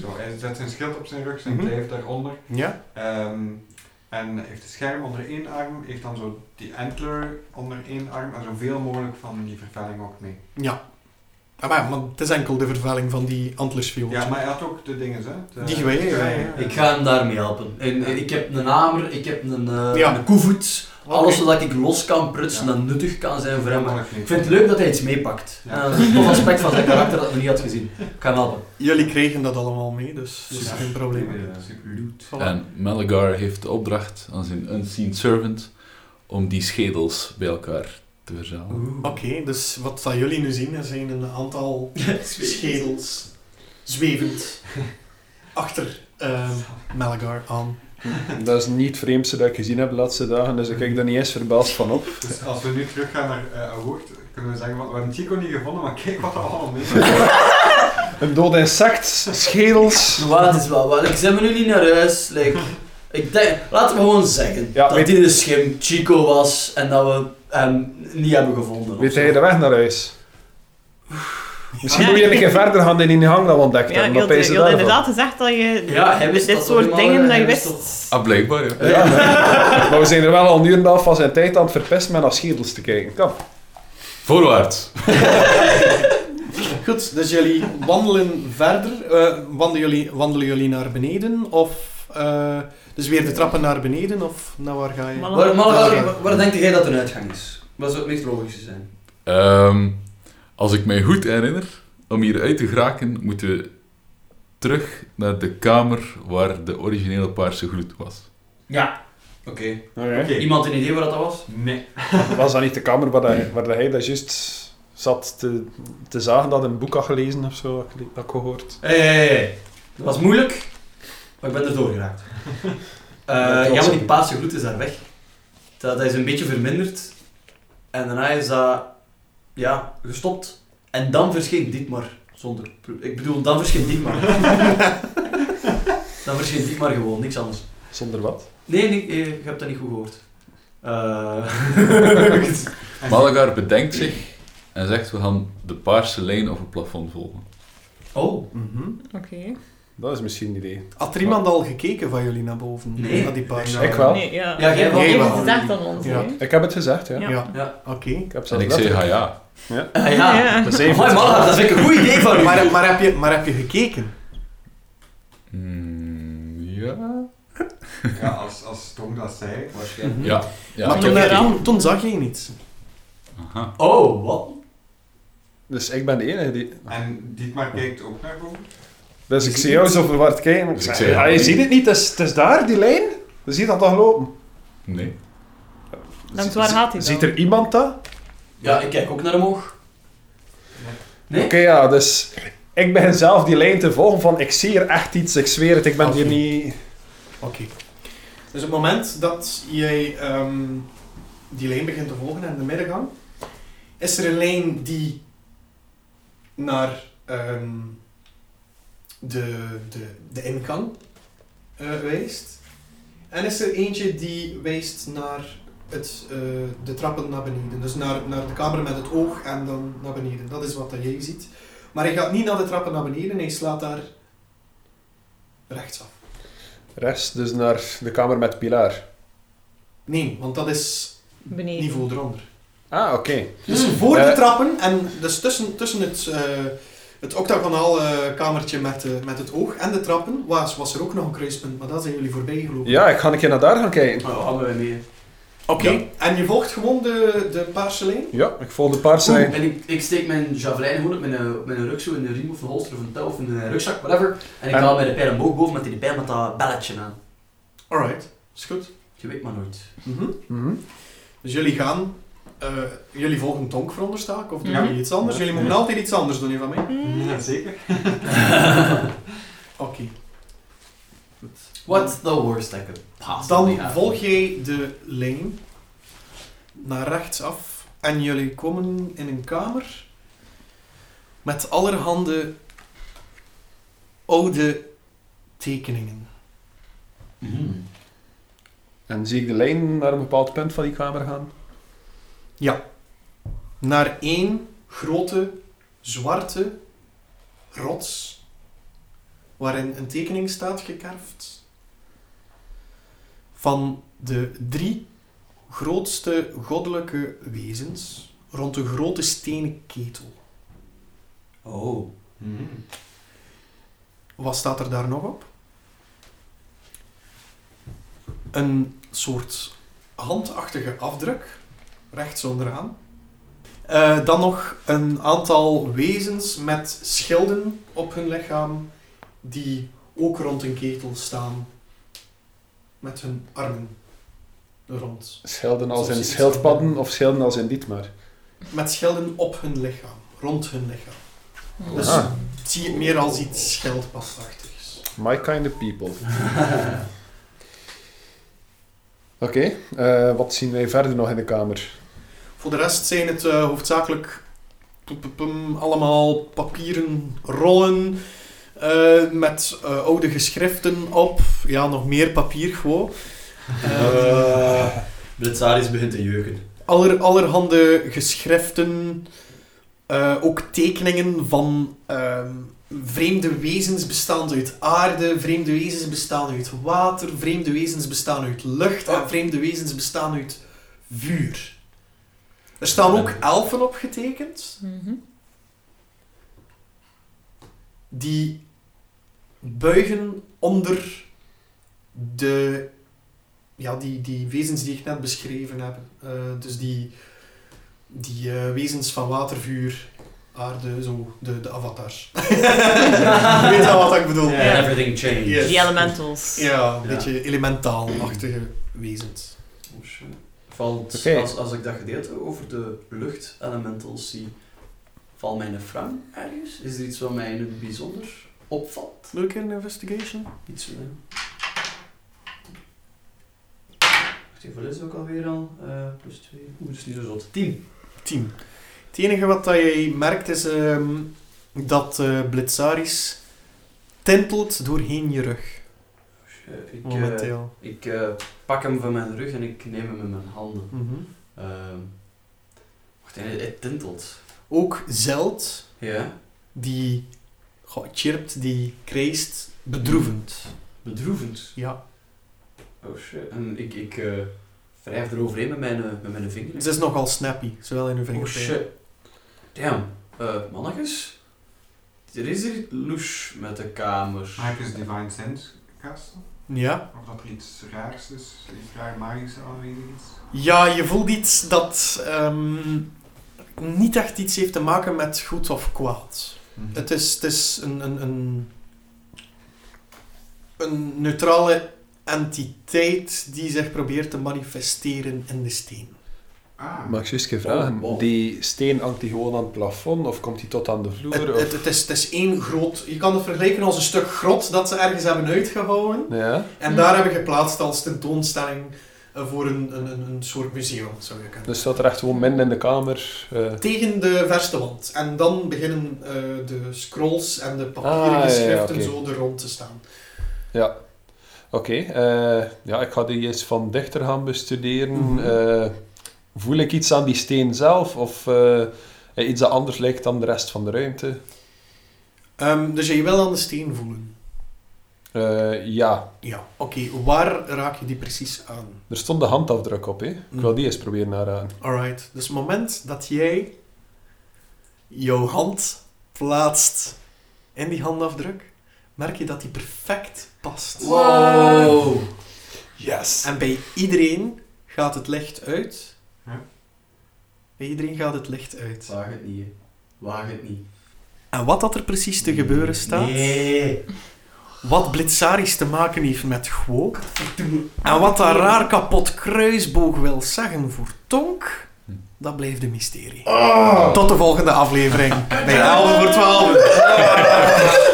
S3: Zo, hij zet zijn schild op zijn rug, zijn
S1: Mhm.
S3: kleef daaronder.
S1: Ja?
S3: Ehm, En heeft een scherm onder één arm, heeft dan zo die antler onder één arm en zoveel mogelijk van die vervuiling ook mee.
S1: Ja. Ah, maar, maar het is enkel de vervuiling van die antlersviool.
S3: Ja, maar hij had ook de dingen, hè? De-
S1: Die geweien, ja.
S3: geweien,
S2: Ik ga hem daarmee helpen. En, eh, ik heb een hamer, ik heb een, eh
S1: Ja.
S2: een koevoet. Alles
S1: Oké.
S2: zodat ik los kan prutsen
S3: Ja.
S2: en nuttig kan zijn voor hem.
S3: Ja, maar-
S2: Ik vind het leuk dat hij iets meepakt. Eh,
S3: Ja.
S2: En dat is een tof aspect van zijn karakter dat ik nog niet had gezien. Ik ga hem helpen.
S1: Jullie kregen dat allemaal mee, dus dat is
S3: Ja.
S1: geen probleem.
S3: Ja, super.
S1: Voilà.
S6: En Malagar heeft de opdracht aan zijn unseen servant om die schedels bij elkaar te
S2: Oh.
S6: verzamelen.
S1: Oké, dus wat dat jullie nu zien, er zijn een aantal schedels zwevend achter ehm Malagar aan.
S4: Dat is niet het vreemdste dat ik gezien heb de laatste dagen, dus ik kijk daar niet eens verbaasd van op.
S3: Dus als we nu teruggaan naar eh Award, kunnen we zeggen, van, we hebben Chico niet gevonden, maar kijk wat er allemaal mee is.
S4: Een dood insect, schedels.
S2: Maar Wat is wel wat? Ik zet me nu niet naar huis. Like, ik denk, laten we gewoon zeggen
S4: Ja,
S2: dat
S4: weet-
S2: dit de schim Chico was en dat we hem niet hebben gevonden. of
S4: Weet
S2: zo.
S4: jij de weg naar huis? Misschien moet je een keer verder gaan dan in die hang dat we ontdekt
S5: Ja,
S4: hebben.
S5: je
S4: Dat
S5: had je
S4: pees je
S5: had
S4: daarvan.
S5: inderdaad gezegd dat je
S2: Ja, hij wist
S5: dit
S2: dat
S5: soort
S2: toch
S5: dingen
S2: helemaal,
S5: dat je
S2: hij
S5: wist.
S2: wist
S6: Ah, blijkbaar, ja.
S4: Ja, nee. Maar we zijn er wel al een uur en een half van zijn tijd aan het verpesten met naar schedels te kijken. Kom.
S6: Voorwaarts.
S1: Goed, dus jullie wandelen verder. Eh, wandelen, jullie, wandelen jullie naar beneden of... eh, dus weer de trappen naar beneden of naar waar ga je?
S5: Malagar.
S2: Waar, maar waar,
S1: Oké.
S2: waar, waar denk jij dat een uitgang is? Wat zou het meest logische zijn?
S6: Ehm, als ik mij goed herinner, om hier uit te geraken, moeten we terug naar de kamer waar de originele paarse gloed was.
S2: Ja. Oké.
S3: Oké.
S2: Iemand een idee waar dat was?
S3: Nee.
S4: Was dat niet de kamer waar, hij, waar hij dat juist zat te, te zagen dat hij een boek had gelezen of zo, had ik, had ik gehoord?
S2: Hé, hé, hé, hé. Eh, Dat was moeilijk, maar ik ben er doorgeraakt. Eh
S4: Dat was
S2: ja, maar die
S4: goed.
S2: paarse gloed is daar weg. Dat, dat is een beetje verminderd. En daarna is dat ja, gestopt. En dan verscheen Dietmar zonder... pro- Ik bedoel, dan verscheen Dietmar. dan verscheen Dietmar gewoon, niks anders.
S4: Zonder wat?
S2: Nee, nee, eh, je hebt dat niet goed gehoord. Eh,
S6: Malagar bedenkt zich en zegt we gaan de paarse lijn op het plafond volgen.
S2: oh,
S1: Mhm.
S5: Oké.
S4: Dat is misschien een idee.
S1: Had er iemand al gekeken van jullie naar boven?
S2: Nee.
S1: Naar die paarse?
S3: Ik
S4: wel.
S5: Nee, ja.
S2: Ja, jij
S5: hebt
S2: wel.
S5: het
S1: Jij wel.
S5: gezegd aan ons,
S1: Ja.
S5: hè?
S4: Ik heb het gezegd, ja.
S5: Ja.
S1: Ja,
S2: ja.
S1: oké.
S4: Ik heb
S6: En
S4: zelfs
S6: ik zeg ja,
S4: letterlijk-
S6: ja.
S2: Ah, ja.
S4: Dat is even-
S2: Amai, Malaga, dat vind ik een goed idee van u.
S1: Maar, maar, heb je, maar heb je gekeken?
S6: Hmm, ja.
S3: Ja, als, als Tom dat zei, waarschijnlijk.
S1: Mhm.
S6: Ja. ja
S1: maar
S6: ik
S1: toen,
S6: heb
S1: eh,
S6: gekeken.
S1: toen zag je niets.
S6: Aha.
S2: Oh, wat?
S4: Dus ik ben de enige die...
S2: Mhm.
S3: En Dietmar kijkt ook naar boven.
S4: Dus ik zie jou zo verward kijken.
S6: Dus
S4: Ik zeg,
S6: ik zeg,
S4: ja,
S6: ja.
S4: je ziet het niet, het is, het is daar, die lijn. Je ziet dat toch lopen.
S6: Nee.
S5: Langs waar gaat hij dan?
S4: Ziet er iemand dat?
S2: Ja, ik kijk ook naar omhoog. Nee?
S4: Oké, ja, dus ik ben zelf die lijn te volgen van ik zie hier echt iets, ik zweer het, ik ben
S1: Oké.
S4: hier niet...
S1: Oké. Dus op het moment dat jij ehm, die lijn begint te volgen en de middengang, is er een lijn die naar ehm, de, de, de ingang eh, wijst. En is er eentje die wijst naar het, eh, de trappen naar beneden. Dus naar, naar de kamer met het oog en dan naar beneden. Dat is wat dat jij ziet. Maar hij gaat niet naar de trappen naar beneden, hij slaat daar rechtsaf.
S4: Rechts, dus naar de kamer met Pilar.
S1: Nee, want dat is
S5: Beneden.
S1: niveau eronder.
S4: Ah, oké.
S1: Dus voor de
S4: Eh.
S1: trappen en dus tussen, tussen het, eh, het octagonaal eh, kamertje met, eh, met het oog en de trappen was, was er ook nog een kruispunt, maar dat zijn jullie voorbij gelopen.
S4: Ja, ik ga een keer naar daar gaan kijken.
S2: Oh, hadden wij mee.
S1: Oké. En je volgt gewoon de, de paarse lijn?
S4: Ja, ik volg de paarse lijn.
S2: En ik, ik steek mijn javelijn gewoon op mijn, eh, op mijn rugzak, in een riem of een holster of een touw of in een eh, rugzak, whatever. En ik
S4: En-
S2: haal mijn pijl omhoog boven met die pijl met dat belletje aan.
S1: Alright, is goed.
S2: Je weet maar nooit.
S1: Mhm.
S4: Mhm.
S1: Dus jullie gaan, eh, jullie volgen Tonk veronderstel ik, of doen
S5: Ja.
S1: jullie iets anders? Jullie mogen altijd iets anders doen, hier van mij.
S2: Mhm.
S5: Mm.
S3: Ja, zeker.
S1: Oké.
S2: What's the worst I could possibly
S1: Ah, Dan
S2: have?
S1: volg jij de lijn naar rechtsaf en jullie komen in een kamer met allerhande oude tekeningen.
S2: Mhm.
S4: En zie ik de lijn naar een bepaald punt van die kamer gaan?
S1: Naar één grote zwarte rots waarin een tekening staat gekerfd van de drie grootste goddelijke wezens rond een grote stenen ketel.
S2: Oh.
S1: Mhm. Wat staat er daar nog op? Een soort handachtige afdruk, rechts onderaan. Eh, dan nog een aantal wezens met schilden op hun lichaam, die ook rond een ketel staan, met hun armen er rond.
S4: Schelden als in
S1: Zoals-
S4: schildpadden of schelden als in Dietmar.
S1: Met schilden op hun lichaam, rond hun lichaam. Dus
S4: Ah,
S1: zie het meer als iets schildpadachtigs.
S4: my kind of people. Oké, eh, wat zien wij verder nog in de kamer?
S1: Voor de rest zijn het eh, hoofdzakelijk pum, pum, pum, allemaal papieren rollen eh, met eh, oude geschriften op. Ja, nog meer papier gewoon. Eh,
S7: Blitzaris begint te jeuken.
S1: aller, allerhande geschriften, eh, ook tekeningen van ehm, vreemde wezens bestaand uit aarde, vreemde wezens bestaan uit water, vreemde wezens bestaan uit lucht en vreemde wezens bestaan uit vuur. Er staan ook elfen op getekend,
S5: Mhm.
S1: die buigen onder de, ja, die, die wezens die ik net beschreven heb. Eh, dus die, die eh, wezens van water, vuur, aarde, zo, de, de avatars. Je weet al wat ik bedoel.
S7: Ja.
S5: Ja.
S2: Everything changed.
S1: Yes.
S5: Die elementals.
S1: Ja, een
S2: Ja.
S1: beetje elementaal-achtige wezens.
S2: Oh, shit. Valt,
S4: Oké.
S2: als, als ik dat gedeelte over de luchtelementals zie, valt mij een frang ergens? Is er iets wat mij in het bijzonder opvalt?
S1: Leuk in investigation.
S2: Iets wat... Wacht even, wat is het ook alweer al? Eh, plus 2. Oeh, dat is niet zo zot. 10.
S1: 10. Het enige wat dat je merkt is ehm, dat eh Blitzaris tintelt doorheen je rug.
S2: Ik, eh,
S1: Momenteel.
S2: ik eh, pak hem van mijn rug en ik neem hem in mijn handen.
S1: Mhm.
S2: Ehm wacht, hij, hij tintelt.
S1: Ook Zeld,
S2: Ja,
S1: die goh, chirpt, die krijst bedroevend.
S2: bedroevend.
S1: Ja.
S2: Oh shit. En ik, ik eh, wrijf eroverheen met mijn, eh, met mijn vingers.
S1: Ze is nogal snappy, zowel in hun
S2: Oh
S1: vingers.
S2: shit. Damn. Eh mannetjes? Er is hier louche met de kamer.
S3: Maar Ah, heb je eens Divine Sense kasten?
S1: Ja.
S3: Of dat er iets raars is, iets raar magisch aanwezig is?
S1: ja, je voelt iets dat ehm, niet echt iets heeft te maken met goed of kwaad. Het is, het is een, een, een, een neutrale entiteit die zich probeert te manifesteren in de steen.
S3: Ah,
S4: Mag ik juist geen vragen?
S2: Oh, wow.
S4: Die steen hangt die gewoon aan het plafond of komt die tot aan de
S1: Het,
S4: vloer?
S1: het,
S4: Of...
S1: het, is, het is één groot... Je kan het vergelijken als een stuk grot dat ze ergens hebben uitgehouwen.
S4: Ja.
S1: En daar hebben we geplaatst als tentoonstelling eh, voor een, een, een, een soort museum, zou je kunnen
S4: Dus staat er echt gewoon midden in de kamer. eh,
S1: Tegen de verste wand. En dan beginnen eh, de scrolls en de
S4: Ah, ja,
S1: papieren
S4: ja,
S1: geschriften
S4: oké.
S1: zo er rond te staan.
S4: Oké, eh, ja, ik ga die eens van dichter gaan bestuderen.
S1: Mhm.
S4: Eh, voel ik iets aan die steen zelf of eh, iets dat anders lijkt dan de rest van de ruimte?
S1: Ehm, dus je wil aan de steen voelen.
S4: Eh, ja,
S1: Ja, oké. Waar raak je die precies aan?
S4: er stond de handafdruk op. Hè. Ik wil
S1: Mhm.
S4: die eens proberen aanraden.
S1: Alright. Dus het moment dat jij jouw hand plaatst in die handafdruk, merk je dat die perfect past.
S2: Wow!
S4: Yes!
S1: En bij iedereen gaat het licht uit.
S3: Ja.
S1: Bij iedereen gaat het licht uit.
S2: Waag het niet, hè. Waag het niet.
S1: En wat dat er precies te gebeuren staat,
S7: Nee.
S1: wat Blitzaris te maken heeft met Gwo, en wat dat raar kapot kruisboog wil zeggen voor Tonk, dat blijft een mysterie. Tot de volgende aflevering bij 11 voor 12.